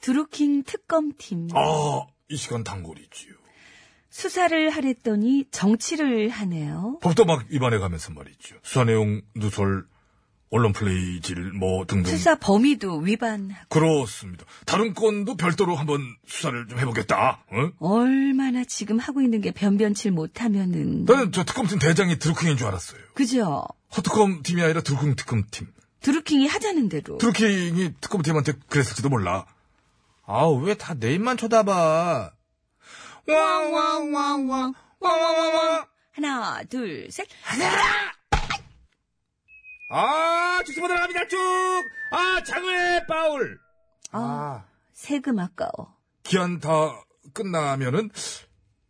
Speaker 12: 드루킹 특검팀.
Speaker 4: 아 이 시간 단골이지요.
Speaker 3: 수사를 하랬더니 정치를 하네요.
Speaker 4: 법도 막 입안에 가면서 말이죠. 수사 내용, 누설, 언론 플레이질, 뭐 등등.
Speaker 3: 수사 범위도 위반하고
Speaker 4: 그렇습니다. 다른 건도 별도로 한번 수사를 좀 해보겠다. 어? 응?
Speaker 3: 얼마나 지금 하고 있는 게 변변치 못하면은
Speaker 4: 나는 저 특검팀 대장이 드루킹인 줄 알았어요.
Speaker 3: 그죠?
Speaker 4: 허특검 팀이 아니라 드루킹 특검팀.
Speaker 3: 드루킹이 하자는 대로
Speaker 4: 드루킹이 특검팀한테 그랬을지도 몰라. 아, 왜 다 내 입만 쳐다봐. 왕왕왕왕, 왕왕왕왕.
Speaker 3: 하나 둘 셋.
Speaker 4: 아, 주스보 들어갑니다, 쭉! 아, 장외 파울!
Speaker 3: 아, 세금 아까워.
Speaker 4: 기한 다 끝나면은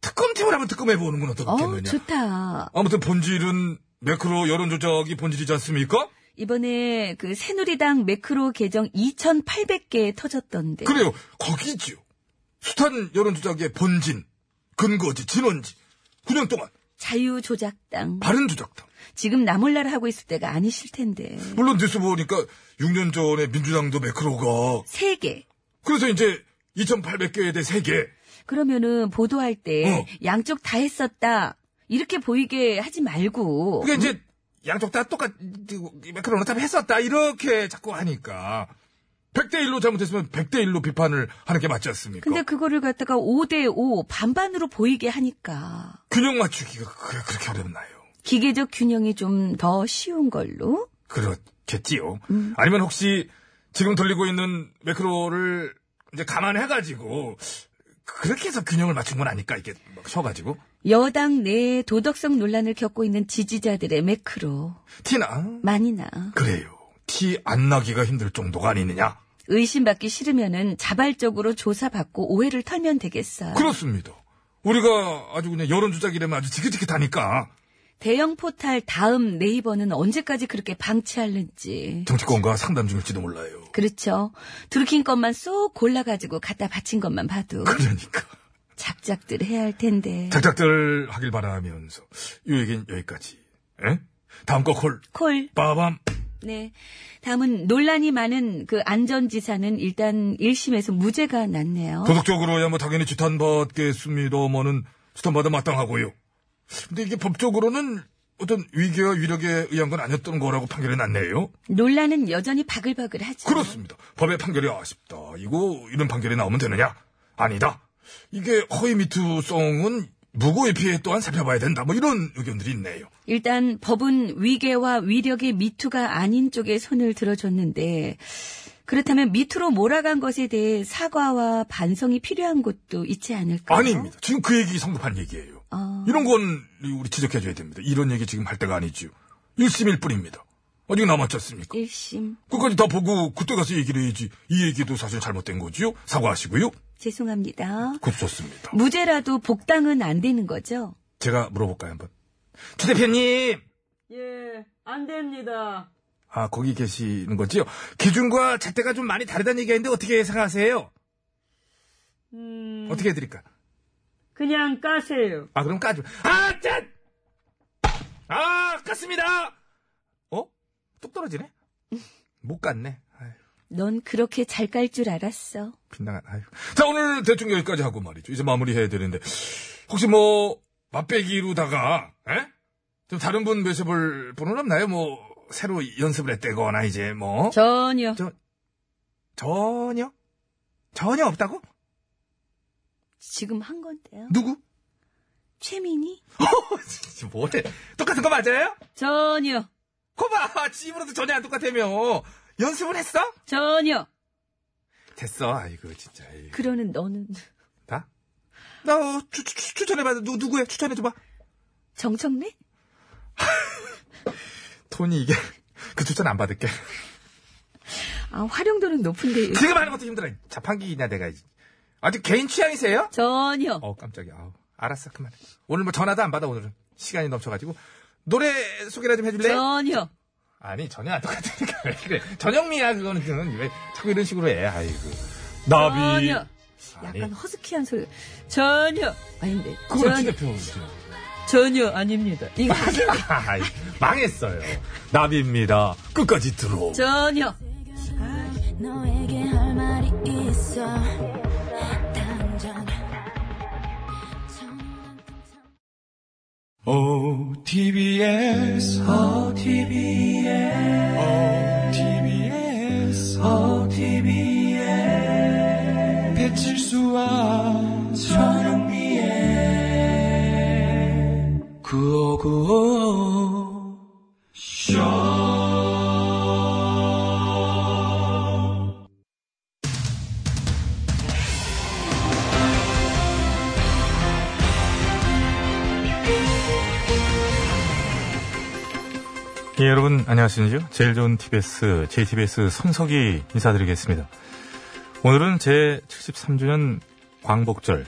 Speaker 4: 특검팀을 한번 특검해보는 건
Speaker 3: 어
Speaker 4: 어떻겠느냐.
Speaker 3: 좋다.
Speaker 4: 아무튼 본질은 매크로 여론조작이 본질이지 않습니까?
Speaker 3: 이번에 그 새누리당 매크로 계정 2,800개 터졌던데.
Speaker 4: 그래요. 거기지요. 숱한 여론조작의 본진, 근거지, 진원지. 9년 동안
Speaker 3: 자유조작당.
Speaker 4: 바른 조작당.
Speaker 3: 지금 나몰라라 하고 있을 때가 아니실 텐데.
Speaker 4: 물론 뉴스 보니까 6년 전에 민주당도 매크로가.
Speaker 3: 세 개.
Speaker 4: 그래서 이제 2,800개에 대해 3개.
Speaker 3: 그러면은 보도할 때
Speaker 4: 어.
Speaker 3: 양쪽 다 했었다. 이렇게 보이게 하지 말고.
Speaker 4: 그게 이제 양쪽 다 똑같, 매크로는 다 했었다. 이렇게 자꾸 하니까. 100대1로 잘못했으면 100대1로 비판을 하는 게 맞지 않습니까?
Speaker 3: 근데 그거를 갖다가 5대5 반반으로 보이게 하니까
Speaker 4: 균형 맞추기가 그- 그렇게 어렵나요?
Speaker 3: 기계적 균형이 좀 더 쉬운 걸로.
Speaker 4: 그렇겠지요.
Speaker 3: 음.
Speaker 4: 아니면 혹시 지금 돌리고 있는 매크로를 이제 감안해가지고 그렇게 해서 균형을 맞춘 건 아닐까 이게 막 쳐가지고
Speaker 3: 여당 내 도덕성 논란을 겪고 있는 지지자들의 매크로
Speaker 4: 티나
Speaker 3: 많이 나.
Speaker 4: 그래요. 티 안 나기가 힘들 정도가 아니느냐?
Speaker 3: 의심받기 싫으면은 자발적으로 조사받고 오해를 털면 되겠어요.
Speaker 4: 그렇습니다. 우리가 아주 그냥 여론 조작이라면 아주 지긋지긋하니까
Speaker 3: 대형 포탈 다음 네이버는 언제까지 그렇게 방치할는지.
Speaker 4: 정치권과 상담 중일지도 몰라요.
Speaker 3: 그렇죠. 드루킹 것만 쏙 골라가지고 갖다 바친 것만 봐도
Speaker 4: 그러니까
Speaker 3: 작작들 해야 할 텐데.
Speaker 4: 작작들 하길 바라면서 요 얘기는 여기까지. 에? 다음 거콜
Speaker 3: 콜.
Speaker 4: 빠밤.
Speaker 3: 네. 다음은 논란이 많은 그 안전지사는 일단 1심에서 무죄가 났네요.
Speaker 4: 도덕적으로야 뭐 당연히 지탄받겠습니다만은 지탄받아 마땅하고요. 근데 이게 법적으로는 어떤 위계와 위력에 의한 건 아니었던 거라고 판결이 났네요.
Speaker 3: 논란은 여전히 바글바글하죠.
Speaker 4: 그렇습니다. 법의 판결이 아쉽다. 이거 이런 판결이 나오면 되느냐? 아니다. 이게 허위 미투성은 무고의 피해 또한 살펴봐야 된다. 뭐 이런 의견들이 있네요.
Speaker 3: 일단 법은 위계와 위력의 미투가 아닌 쪽에 손을 들어줬는데 그렇다면 미투로 몰아간 것에 대해 사과와 반성이 필요한 것도 있지 않을까요?
Speaker 4: 아닙니다. 지금 그 얘기 성급한 얘기예요.
Speaker 3: 어.
Speaker 4: 이런 건 우리 지적해줘야 됩니다. 이런 얘기 지금 할 때가 아니죠. 일심일 뿐입니다. 아직 남았지 않습니까?
Speaker 3: 1심
Speaker 4: 끝까지 다 보고 그때 가서 얘기를 해야지. 이 얘기도 사실 잘못된 거지요. 사과하시고요.
Speaker 3: 죄송합니다.
Speaker 4: 그 좋습니다.
Speaker 3: 무죄라도 복당은 안 되는 거죠?
Speaker 4: 제가 물어볼까요 한번? 최 대표님.
Speaker 5: 예, 안 됩니다.
Speaker 4: 아 거기 계시는 거지요. 기준과 잣대가 좀 많이 다르다는 얘기가 있는데 어떻게 생각하세요?
Speaker 5: 음,
Speaker 4: 어떻게 해드릴까?
Speaker 5: 그냥 까세요.
Speaker 4: 아 그럼 까죠. 아 짠! 아 깠습니다. 어? 뚝 떨어지네. 못 깠네. 아유.
Speaker 3: 넌 그렇게 잘 깔 줄 알았어.
Speaker 4: 빛나간, 아유. 자, 오늘 대충 여기까지 하고 말이죠. 이제 마무리해야 되는데. 혹시 뭐, 맛배기로다가, 에? 좀 다른 분 모셔볼 분은 없나요? 뭐, 새로 연습을 했대거나, 이제 뭐.
Speaker 3: 전혀.
Speaker 4: 전혀? 전혀 없다고?
Speaker 3: 지금 한 건데요.
Speaker 4: 누구?
Speaker 3: 최민희?
Speaker 4: 진짜 뭐래. 똑같은 거 맞아요?
Speaker 3: 전혀.
Speaker 4: 거봐! 집으로도 전혀 안 똑같으며. 연습을 했어?
Speaker 3: 전혀.
Speaker 4: 됐어. 아이고, 진짜. 아이고.
Speaker 3: 그러는 너는
Speaker 4: 나? 나, 어, 추, 추, 추- 추천해봐. 누, 누구야? 추천해줘봐.
Speaker 3: 정청래?
Speaker 4: 돈이 이게, 그 추천 안 받을게.
Speaker 3: 아, 활용도는 높은데.
Speaker 4: 지금 하는 것도 힘들어. 자판기냐 내가 아주 개인 취향이세요?
Speaker 3: 전혀.
Speaker 4: 어 깜짝이야. 아우, 알았어 그만. 오늘 뭐 전화도 안 받아 오늘은 시간이 넘쳐가지고 노래 소개나 좀 해줄래? 요
Speaker 3: 전혀.
Speaker 4: 아니 전혀 안 똑같으니까 왜 그래? 전영미야 그거는 그건 왜 자꾸 이런 식으로 해? 아이고 나비.
Speaker 3: 전혀.
Speaker 4: 아니,
Speaker 3: 약간 허스키한 소리. 전혀. 아닌데.
Speaker 4: 그건
Speaker 3: 전,
Speaker 4: 지 대표죠.
Speaker 3: 전혀 아닙니다. 이거
Speaker 4: 아이, 망했어요. 나비입니다. 끝까지 들어.
Speaker 3: 전혀.
Speaker 13: 너에게 할 말이 있어 당장
Speaker 6: TBS, 어, TBS, 어, TBS, 어, TBS, 배칠수와 전영미의 구호구호 쇼.
Speaker 5: 예, 여러분 안녕하십니까? 제일 좋은 TBS, JTBS 손석희 인사드리겠습니다. 오늘은 제 73주년 광복절.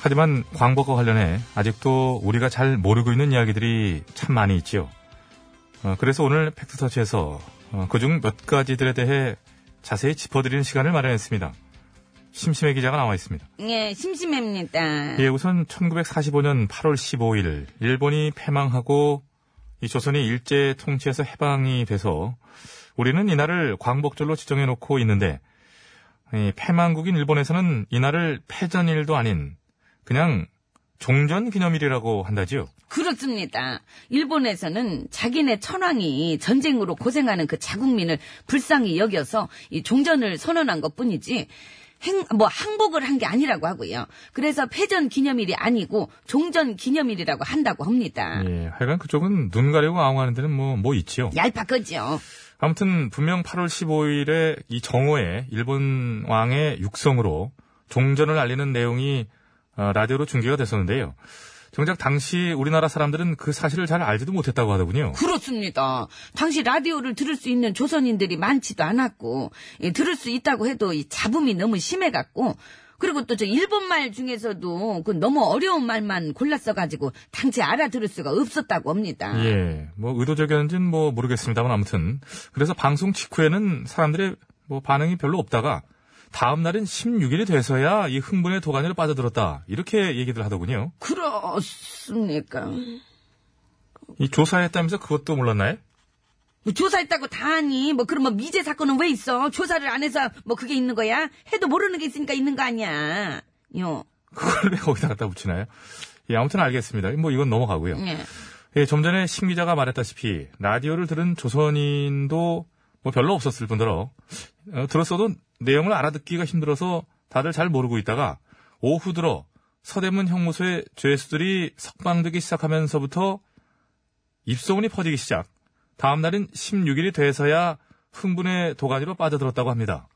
Speaker 5: 하지만 광복과 관련해 아직도 우리가 잘 모르고 있는 이야기들이 참 많이 있지요. 어, 그래서 오늘 팩트터치에서 어, 그중 몇 가지들에 대해 자세히 짚어드리는 시간을 마련했습니다. 심심해 기자가 나와 있습니다.
Speaker 3: 예, 심심합니다.
Speaker 5: 예, 우선 1945년 8월 15일 일본이 패망하고 이 조선이 일제 통치에서 해방이 돼서 우리는 이날을 광복절로 지정해 놓고 있는데 이 패망국인 일본에서는 이날을 패전일도 아닌 그냥 종전 기념일이라고 한다지요.
Speaker 3: 그렇습니다. 일본에서는 자기네 천황이 전쟁으로 고생하는 그 자국민을 불쌍히 여겨서 이 종전을 선언한 것 뿐이지, 행, 뭐, 항복을 한 게 아니라고 하고요. 그래서 패전 기념일이 아니고 종전 기념일이라고 한다고 합니다.
Speaker 5: 예, 하여간 그쪽은 눈 가리고 아웅하는 데는 뭐, 뭐 있지요.
Speaker 3: 얄팍하죠.
Speaker 5: 아무튼 분명 8월 15일에 이 정오에 일본 왕의 육성으로 종전을 알리는 내용이 어, 라디오로 중계가 됐었는데요. 정작 당시 우리나라 사람들은 그 사실을 잘 알지도 못했다고 하더군요.
Speaker 3: 그렇습니다. 당시 라디오를 들을 수 있는 조선인들이 많지도 않았고, 예, 들을 수 있다고 해도 이 잡음이 너무 심해갖고, 그리고 또 저 일본 말 중에서도 그 너무 어려운 말만 골랐어가지고 당체 알아들을 수가 없었다고 합니다.
Speaker 5: 예, 뭐 의도적이었는지는 뭐 모르겠습니다만 아무튼 그래서 방송 직후에는 사람들의 뭐 반응이 별로 없다가 다음 날인 16일이 돼서야 이 흥분의 도가니로 빠져들었다 이렇게 얘기들 하더군요.
Speaker 3: 그렇습니까?
Speaker 5: 이 조사했다면서 그것도 몰랐나요?
Speaker 3: 뭐 조사했다고 다 하니 뭐 그럼 뭐 미제 사건은 왜 있어? 조사를 안 해서 뭐 그게 있는 거야? 해도 모르는 게 있으니까 있는 거 아니야. 요.
Speaker 5: 그걸 왜 거기다 갖다 붙이나요? 예, 아무튼 알겠습니다. 뭐 이건 넘어가고요.
Speaker 3: 예.
Speaker 5: 예, 좀 전에 심 기자가 말했다시피 라디오를 들은 조선인도 뭐 별로 없었을 뿐더러 어, 들었어도 내용을 알아듣기가 힘들어서 다들 잘 모르고 있다가 오후 들어 서대문 형무소의 죄수들이 석방되기 시작하면서부터 입소문이 퍼지기 시작. 다음 날인 16일이 돼서야 흥분의 도가니로 빠져들었다고 합니다.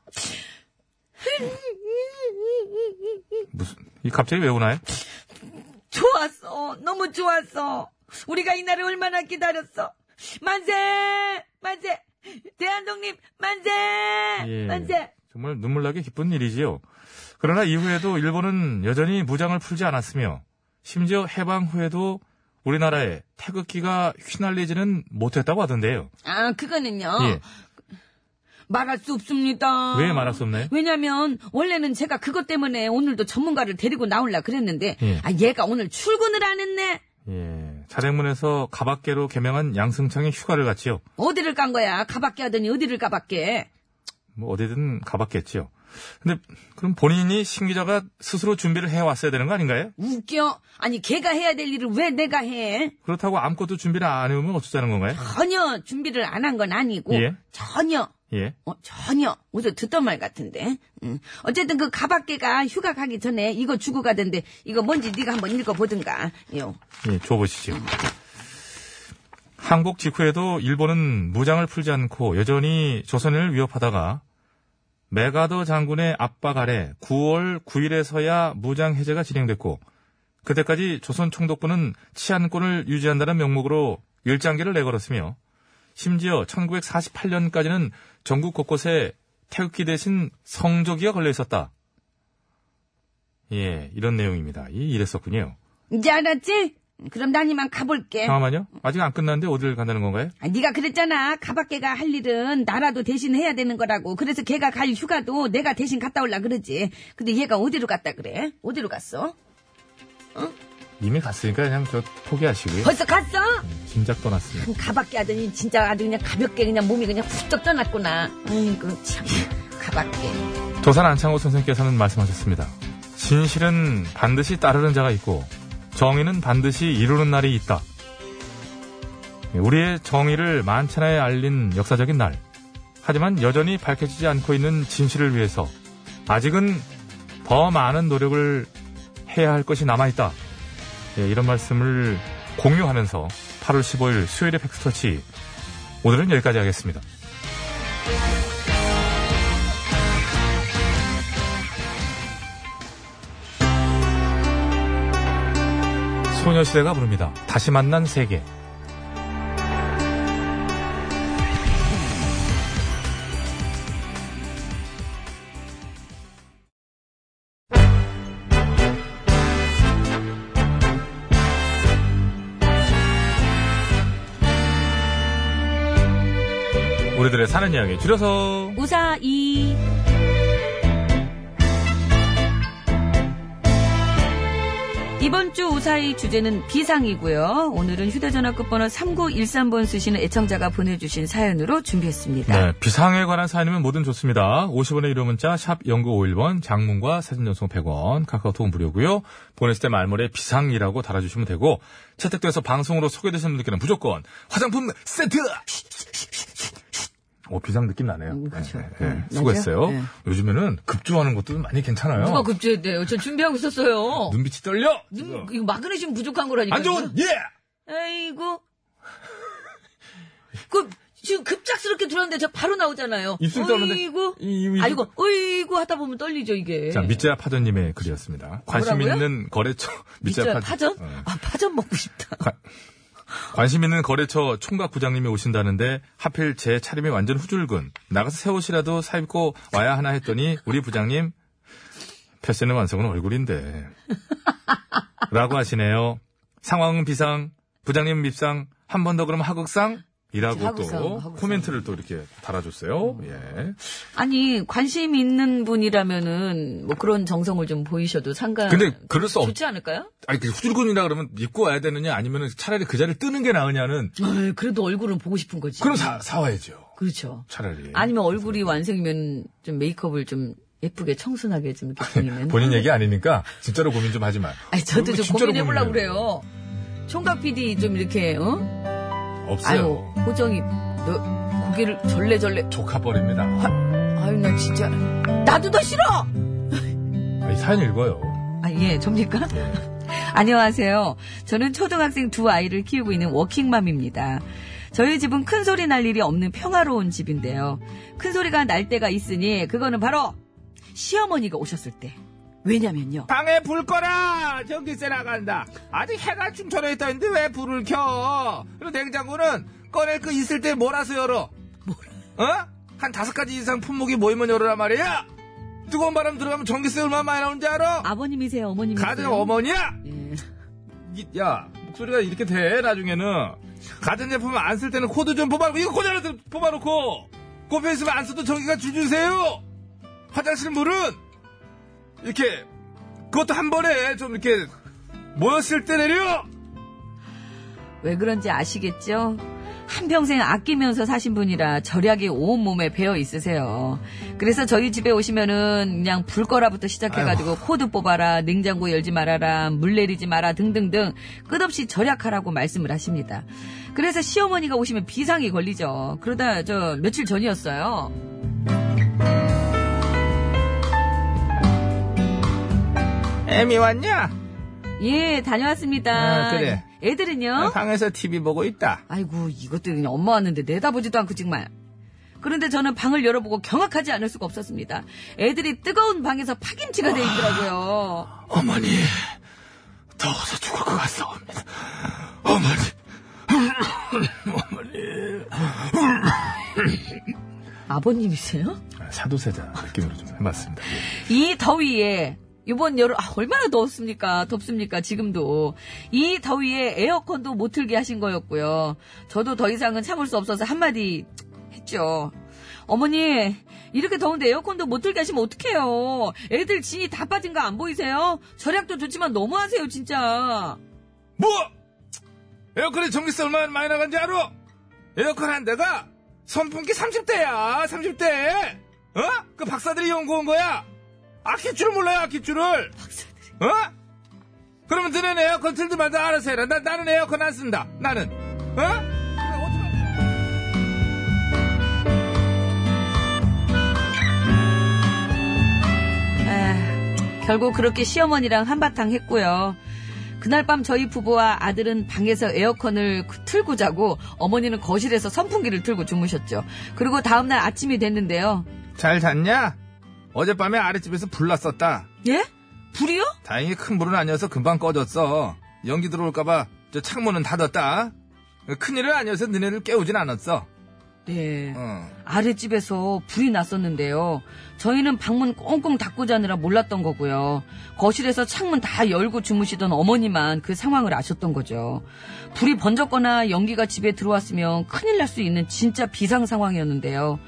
Speaker 5: 무슨 이 갑자기 왜 우나요?
Speaker 3: 좋았어. 너무 좋았어. 우리가 이날을 얼마나 기다렸어. 만세! 만세! 대한독립 만세!
Speaker 5: 예.
Speaker 3: 만세!
Speaker 5: 정말 눈물나게 기쁜 일이지요. 그러나 이후에도 일본은 여전히 무장을 풀지 않았으며 심지어 해방 후에도 우리나라에 태극기가 휘날리지는 못했다고 하던데요.
Speaker 3: 아, 그거는요.
Speaker 5: 예.
Speaker 3: 말할 수 없습니다.
Speaker 5: 왜 말할 수 없나요?
Speaker 3: 왜냐면 원래는 제가 그것 때문에 오늘도 전문가를 데리고 나올라 그랬는데
Speaker 5: 예.
Speaker 3: 아 얘가 오늘 출근을 안 했네.
Speaker 5: 예. 자백문에서 가밖에로 개명한 양승창이 휴가를 갔지요.
Speaker 3: 어디를 간 거야? 가밖에 하더니 어디를 가밖에?
Speaker 5: 뭐 어디든 가봤겠지요. 근데 그럼 본인이 신 기자가 스스로 준비를 해왔어야 되는 거 아닌가요?
Speaker 3: 웃겨. 아니 걔가 해야 될 일을 왜 내가 해?
Speaker 5: 그렇다고 아무것도 준비를 안 해오면 어쩌자는 건가요?
Speaker 3: 전혀 준비를 안 한 건 아니고
Speaker 5: 예.
Speaker 3: 전혀
Speaker 5: 예.
Speaker 3: 어, 전혀. 어제 듣던 말 같은데. 음. 어쨌든 그 가밖에가 휴가 가기 전에 이거 주고 가던데 이거 뭔지 네가 한번 읽어보든가. 요.
Speaker 5: 예, 줘보시죠. 항복 직후에도 일본은 무장을 풀지 않고 여전히 조선을 위협하다가 메가더 장군의 압박 아래 9월 9일에서야 무장 해제가 진행됐고 그때까지 조선 총독부는 치안권을 유지한다는 명목으로 열장기를 내걸었으며 심지어 1948년까지는 전국 곳곳에 태극기 대신 성조기가 걸려 있었다. 예, 이런 내용입니다. 이- 이랬었군요.
Speaker 3: 이제 알았지? 음, 그럼 난 이만 가볼게.
Speaker 5: 잠깐만요. 아직 안 끝났는데 어디를 간다는 건가요?
Speaker 3: 아, 네가 그랬잖아. 가밖에가 할 일은 나라도 대신 해야 되는 거라고. 그래서 걔가 갈 휴가도 내가 대신 갔다 올라 그러지. 근데 얘가 어디로 갔다 그래? 어디로 갔어?
Speaker 5: 이미 갔으니까 그냥 저 포기하시고요.
Speaker 3: 벌써 갔어? 그
Speaker 5: 짐작 떠났습니다.
Speaker 3: 가밖에 하더니 진짜 아주 그냥 가볍게 그냥 몸이 그냥 훌쩍 떠났구나. 아이고 참. 가밖에.
Speaker 5: 도산 안창호 선생님께서는 말씀하셨습니다. 진실은 반드시 따르는 자가 있고 정의는 반드시 이루는 날이 있다. 우리의 정의를 만천하에 알린 역사적인 날. 하지만 여전히 밝혀지지 않고 있는 진실을 위해서 아직은 더 많은 노력을 해야 할 것이 남아있다. 예, 이런 말씀을 공유하면서 8월 15일 수요일의 팩스터치 오늘은 여기까지 하겠습니다. 소녀시대가 부릅니다. 다시 만난 세계. 우리들의 사는 이야기 줄여서
Speaker 3: 우사이. 이번 주 우사이 주제는 비상이고요. 오늘은 휴대전화 끝번호 3913번 쓰시는 애청자가 보내주신 사연으로 준비했습니다.
Speaker 5: 네, 비상에 관한 사연이면 뭐든 좋습니다. 50원의 유료 문자 샵 0951번 장문과 사진 전송 100원 카카오톡은 무료고요. 보냈을 때 말머리에 비상이라고 달아주시면 되고 채택돼서 방송으로 소개되신 분들께는 무조건 화장품 세트! 오, 비상 느낌 나네요.
Speaker 3: 음,
Speaker 14: 그렇죠.
Speaker 5: 네, 네, 네.
Speaker 14: 나죠?
Speaker 5: 수고했어요. 어.
Speaker 14: 네.
Speaker 5: 요즘에는 급조하는 것도 많이 괜찮아요.
Speaker 3: 뭐,
Speaker 14: 누가
Speaker 3: 네,
Speaker 14: 급조했대요? 전 준비하고 있었어요.
Speaker 5: 눈빛이 떨려!
Speaker 14: 눈, 이거 마그네슘 부족한 거라니까.
Speaker 5: 안 좋은, 예!
Speaker 14: 아이고. 그, 지금 급작스럽게 들었는데 저 바로 나오잖아요.
Speaker 5: 입술 떨는데.
Speaker 14: 아이고.
Speaker 5: 이- 이- 이-
Speaker 14: 아이고, 아이고 하다 보면 떨리죠, 이게.
Speaker 5: 자, 밑자 파전님의 글이었습니다. 관심
Speaker 14: 뭐라고요?
Speaker 5: 있는 거래처, 밑자
Speaker 14: 밑자
Speaker 5: 파전.
Speaker 14: 파전?
Speaker 5: 어.
Speaker 14: 아, 파전 먹고 싶다.
Speaker 5: 관심 있는 거래처 총각 부장님이 오신다는데 하필 제 차림이 완전 후줄근. 나가서 새 옷이라도 사 입고 와야 하나 했더니 우리 부장님 패션의 완성은 얼굴인데. 라고 하시네요. 상황은 비상, 부장님 밉상, 한 번 더 그러면 하극상? 이라고
Speaker 3: 하극상,
Speaker 5: 또
Speaker 3: 하극상.
Speaker 5: 코멘트를 또 이렇게 달아줬어요. 예.
Speaker 3: 아니 관심 있는 분이라면은 뭐 그런 정성을 좀 보이셔도 상관.
Speaker 5: 근데 그럴 수 없-
Speaker 3: 좋지 않을까요?
Speaker 5: 아니, 그 후줄근이라 그러면 입고 와야 되느냐 아니면 차라리 그 자리를 뜨는 게 나으냐는
Speaker 3: 네,
Speaker 14: 아이, 그래도 얼굴은 보고 싶은 거지.
Speaker 5: 그럼 사, 네. 사와야죠.
Speaker 14: 그렇죠.
Speaker 5: 차라리.
Speaker 3: 아니면 얼굴이 완성이면 좀 메이크업을 좀 예쁘게 청순하게 좀 이렇게 보이면.
Speaker 5: 본인 얘기 아니니까 진짜로 고민 좀 하지 마.
Speaker 3: 아니 저도 좀
Speaker 5: 진짜로
Speaker 3: 고민해보려고
Speaker 5: 고민해요.
Speaker 3: 그래요. 총각 PD 좀 이렇게 어?
Speaker 5: 없어요.
Speaker 3: 아유 호정이 너 고개를 절레절레.
Speaker 5: 조카 버립니다.
Speaker 3: 아유 나 진짜 나도 더 싫어.
Speaker 5: 아, 이 사연 읽어요.
Speaker 3: 아, 예, 접니까? 안녕하세요. 저는 초등학생 두 아이를 키우고 있는 워킹맘입니다. 저희 집은 큰 소리 날 일이 없는 평화로운 집인데요. 큰 소리가 날 때가 있으니 그거는 바로 시어머니가 오셨을 때. 왜냐면요.
Speaker 4: 방에 불 꺼라! 전기세 나간다. 아직 해가 춤춰려 있다 했는데 왜 불을 켜? 그리고 냉장고는 꺼낼 거 있을 때 몰아서 열어. 어? 한 다섯 가지 이상 품목이 모이면 열어라 말이야! 뜨거운 바람 들어가면 전기세 얼마 많이 나오는지 알아?
Speaker 3: 아버님이세요, 네. 어머님이세요?
Speaker 4: 가정 어머니야!
Speaker 3: 예.
Speaker 4: 이- 야, 목소리가 이렇게 돼, 나중에는. 가전제품 안 쓸 때는 코드 좀 뽑아놓고, 이거 꽂아놓 뽑아놓고, 꼽혀있으면 안 써도 전기가 줄주세요! 화장실 물은, 이렇게, 그것도 한 번에 좀 이렇게, 모였을 때 내려!
Speaker 3: 왜 그런지 아시겠죠? 한평생 아끼면서 사신 분이라 절약이 온몸에 배어 있으세요. 그래서 저희 집에 오시면은 그냥 불 거라부터 시작해가지고 코드 뽑아라, 냉장고 열지 말아라, 물 내리지 마라 등등등 끝없이 절약하라고 말씀을 하십니다. 그래서 시어머니가 오시면 비상이 걸리죠. 그러다 저 며칠 전이었어요.
Speaker 4: 애미 왔냐?
Speaker 3: 예, 다녀왔습니다.
Speaker 4: 아, 그래. 아,
Speaker 3: 애들은요?
Speaker 4: 방에서 TV 보고 있다.
Speaker 3: 아이고 이것도 그냥 엄마 왔는데 내다보지도 않고 정말. 그런데 저는 방을 열어보고 경악하지 않을 수가 없었습니다. 애들이 뜨거운 방에서 파김치가 돼 있더라고요.
Speaker 4: 어머니, 더워서 죽을 것 같사옵니다. 어머니,
Speaker 3: 아버님이세요?
Speaker 5: 사도세자 느낌으로 좀 해봤습니다.
Speaker 3: 이 더위에 이번 여름 아, 얼마나 더웠습니까? 덥습니까? 지금도 이 더위에 에어컨도 못 틀게 하신 거였고요. 저도 더 이상은 참을 수 없어서 한마디 했죠. 어머니 이렇게 더운데 에어컨도 못 틀게 하시면 어떡해요? 애들 진이 다 빠진 거 안 보이세요? 절약도 좋지만 너무하세요 진짜.
Speaker 4: 뭐? 에어컨에 전기세 얼마나 많이 나간지 알아? 에어컨 한 대가 선풍기 30대야, 30대. 어? 그 박사들이 연구한 거야. 아낄 줄 몰라요, 아낄 줄을. 박사들이. 어? 그러면 너는 에어컨 틀지 말자, 알아서 해라. 나, 나는 에어컨 안 쓴다. 나는. 어?
Speaker 3: 결국 그렇게 시어머니랑 한바탕 했고요. 그날 밤 저희 부부와 아들은 방에서 에어컨을 그- 틀고 자고 어머니는 거실에서 선풍기를 틀고 주무셨죠. 그리고 다음날 아침이 됐는데요.
Speaker 4: 잘 잤냐? 어젯밤에 아랫집에서 불 났었다.
Speaker 3: 예? 불이요?
Speaker 4: 다행히 큰 불은 아니어서 금방 꺼졌어. 연기 들어올까봐 저 창문은 닫았다. 큰일은 아니어서 너네를 깨우진 않았어. 어.
Speaker 3: 네. 아랫집에서 불이 났었는데요. 저희는 방문 꽁꽁 닫고 자느라 몰랐던 거고요. 거실에서 창문 다 열고 주무시던 어머니만 그 상황을 아셨던 거죠. 불이 번졌거나 연기가 집에 들어왔으면 큰일 날 수 있는 진짜 비상 상황이었는데요.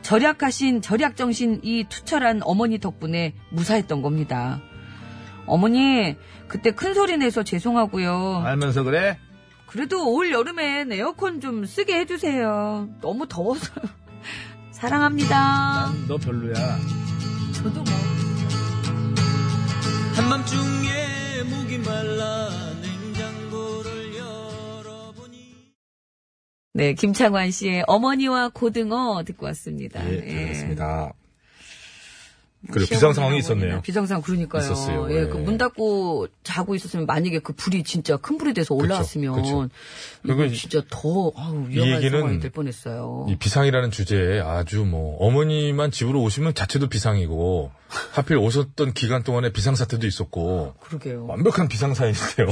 Speaker 3: 절약하신 절약정신 이 투철한 어머니 덕분에 무사했던 겁니다. 어머니, 그때 큰 소리 내서 죄송하고요.
Speaker 4: 알면서 그래?
Speaker 3: 그래도 올 여름엔 에어컨 좀 쓰게 해주세요. 너무 더워서. 사랑합니다.
Speaker 4: 너 별로야.
Speaker 3: 저도 뭐.
Speaker 6: 한밤중에 목이 말라 냉장고를 열어보니
Speaker 3: 네, 김창완 씨의 어머니와 고등어 듣고 왔습니다.
Speaker 5: 예,
Speaker 3: 네.
Speaker 5: 잘 됐습니다. 그래
Speaker 3: 시어머니나
Speaker 5: 비상 상황이
Speaker 3: 어머니나
Speaker 5: 있었네요.
Speaker 3: 비상상 그러니까요.
Speaker 5: 있었어요.
Speaker 3: 예,
Speaker 5: 예.
Speaker 3: 그문 닫고 자고 있었으면 만약에 그 불이 진짜 큰 불이 돼서 올라왔으면
Speaker 5: 그쵸. 그리고
Speaker 3: 이거 진짜 더 아우,
Speaker 5: 이
Speaker 3: 위험한
Speaker 5: 얘기는
Speaker 3: 상황이 될 뻔했어요.
Speaker 5: 이 비상이라는 주제에 아주 뭐 어머니만 집으로 오시면 자체도 비상이고 하필 오셨던 기간 동안에 비상 사태도 있었고
Speaker 3: 그러게요.
Speaker 5: 완벽한 비상 사연인데요.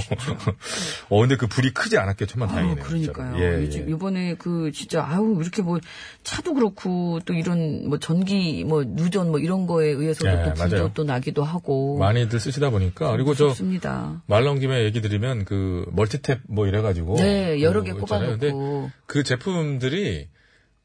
Speaker 5: 어 근데 그 불이 크지 않았게 천만 다행이네요.
Speaker 3: 아, 그러니까요.
Speaker 5: 진짜로. 예,
Speaker 3: 요즘-
Speaker 5: 예.
Speaker 3: 요번에 그 진짜 아우 이렇게 뭐 차도 그렇고 또 이런 뭐 전기 뭐 누전 뭐 이런 거에 의해서도
Speaker 5: 예,
Speaker 3: 또 불도
Speaker 5: 맞아요.
Speaker 3: 또 나기도 하고
Speaker 5: 많이들 쓰시다 보니까 그리고 저
Speaker 3: 좋습니다.
Speaker 5: 말 나온 김에 얘기 드리면 그 멀티탭 뭐 이래가지고
Speaker 3: 네, 여러 개
Speaker 5: 그거 있잖아요. 근데
Speaker 3: 꼽아놓고.
Speaker 5: 그 제품들이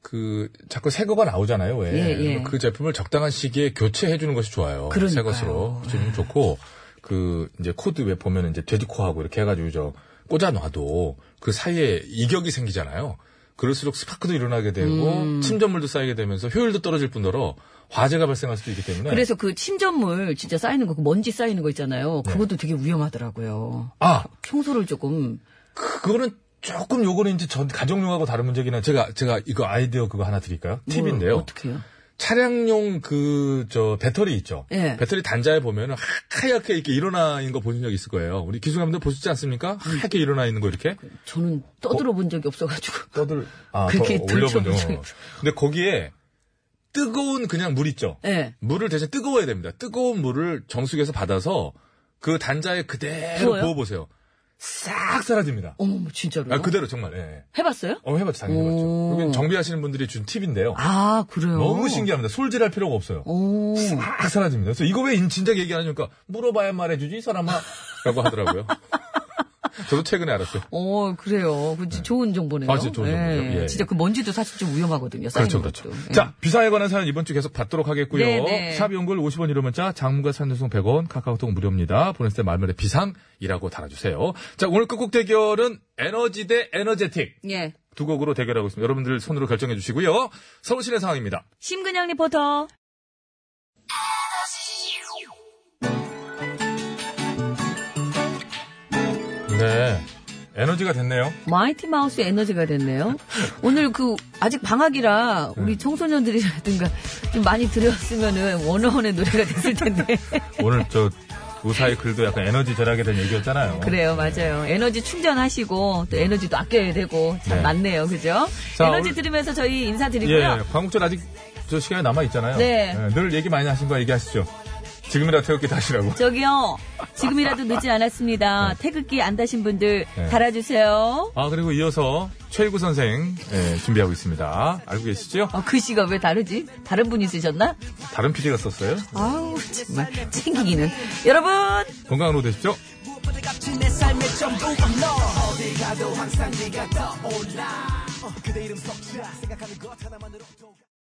Speaker 5: 그 자꾸 새 거가 나오잖아요. 왜?
Speaker 3: 예, 예.
Speaker 5: 그 제품을 적당한 시기에 교체해 주는 것이 좋아요. 새
Speaker 3: 그러니까요.
Speaker 5: 것으로 좀 좋고 그 이제 코드 왜 보면 이제 돼지코하고 이렇게 해가지고 저 꽂아 놔도 그 사이에 이격이 생기잖아요. 그럴수록 스파크도 일어나게 되고
Speaker 3: 음.
Speaker 5: 침전물도 쌓이게 되면서 효율도 떨어질 뿐더러 화재가 발생할 수도 있기 때문에
Speaker 3: 그래서 그 침전물 진짜 쌓이는 거, 그 먼지 쌓이는 거 있잖아요.
Speaker 5: 네.
Speaker 3: 그것도 되게 위험하더라고요.
Speaker 5: 아
Speaker 3: 청소를 조금
Speaker 5: 그거는 조금 요거는 이제 전 가정용하고 다른 문제긴 한 제가 제가 이거 아이디어 그거 하나 드릴까요? 팁인데요.
Speaker 3: 뭐, 어떻게요?
Speaker 5: 차량용 그 저 배터리 있죠.
Speaker 3: 예.
Speaker 5: 배터리 단자에 보면은 하얗게 이렇게 일어나 있는 거 보신 적 있을 거예요. 우리 기술감들 보시지 않습니까? 하얗게 일어나 있는 거 이렇게.
Speaker 3: 저는 떠들어 본 적이 없어가지고
Speaker 5: 떠들 아,
Speaker 3: 그렇게
Speaker 5: 더 올려본
Speaker 3: 들춰본
Speaker 5: 적.
Speaker 3: 적이
Speaker 5: 근데 거기에 뜨거운 그냥 물 있죠.
Speaker 3: 예.
Speaker 5: 물을 대신 뜨거워야 됩니다. 뜨거운 물을 정수기에서 받아서 그 단자에 그대로
Speaker 3: 부어요?
Speaker 5: 부어 보세요. 싹 사라집니다.
Speaker 3: 어머 진짜로요?
Speaker 5: 아, 그대로 정말. 예.
Speaker 3: 해봤어요?
Speaker 5: 어, 해봤죠. 당연히 해봤죠. 여긴 정비하시는 분들이 준 팁인데요.
Speaker 3: 아 그래요?
Speaker 5: 너무 신기합니다. 솔질할 필요가 없어요.
Speaker 3: 오.
Speaker 5: 싹 사라집니다. 그래서 이거 왜 인- 진작 얘기 안 하니까 물어봐야 말해주지, 이 사람아. 라고 하더라고요. 저도 최근에 알았어요.
Speaker 3: 어, 그래요. 그 진짜 좋은 정보네요.
Speaker 5: 아, 진짜 좋은 정보죠. 예.
Speaker 3: 진짜 그 먼지도 사실 좀 위험하거든요. 쌓이는
Speaker 5: 그렇죠, 그렇죠.
Speaker 3: 것도. 예.
Speaker 5: 자, 비상에 관한 사연 이번 주 계속 받도록 하겠고요.
Speaker 3: 네, 네.
Speaker 5: 샵 연글 50원 이호 문자, 장문과 산전송 100원, 카카오톡 무료입니다. 보냈을 때 말말에 비상이라고 달아주세요. 자, 오늘 끝곡 대결은 에너지 대 에너제틱.
Speaker 3: 예.
Speaker 5: 두 곡으로 대결하고 있습니다. 여러분들 손으로 결정해 주시고요. 서울시내 상황입니다.
Speaker 3: 심근양 리포터.
Speaker 5: 네. 에너지가 됐네요.
Speaker 3: 마이티 마우스 에너지가 됐네요. 오늘 그 아직 방학이라
Speaker 5: 네.
Speaker 3: 우리 청소년들이라든가 좀 많이 들었으면은 원어원의 노래가 됐을 텐데.
Speaker 5: 오늘 저 우사이클도 약간 에너지 절약에 대한 얘기였잖아요.
Speaker 3: 그래요, 맞아요. 에너지 충전하시고 또 에너지도 아껴야 되고 참
Speaker 5: 네.
Speaker 3: 많네요, 그죠?
Speaker 5: 자,
Speaker 3: 에너지
Speaker 5: 오늘-
Speaker 3: 들으면서 저희 인사드리고요.
Speaker 5: 예, 광복절 아직 저 시간이 남아 있잖아요.
Speaker 3: 네.
Speaker 5: 늘 얘기 많이 하신 거 얘기하시죠. 지금이라 태극기 다시라고.
Speaker 3: 저기요, 지금이라도 늦지 않았습니다. 태극기 안 다신 분들
Speaker 5: 네.
Speaker 3: 달아주세요.
Speaker 5: 아 그리고 이어서 최일구 선생 예, 준비하고 있습니다. 알고 계시죠?
Speaker 3: 어, 글씨가 왜 다르지? 다른 분이 쓰셨나?
Speaker 5: 다른 PD가 썼어요.
Speaker 3: 아우, 정말 챙기기는. 여러분!
Speaker 5: 건강으로 되십시오.
Speaker 6: 값이 내 삶의 전부가 너 어디 가도 항상 네가 떠올라 어, 그대 이름 섞이라 생각하는 것 하나만으로 도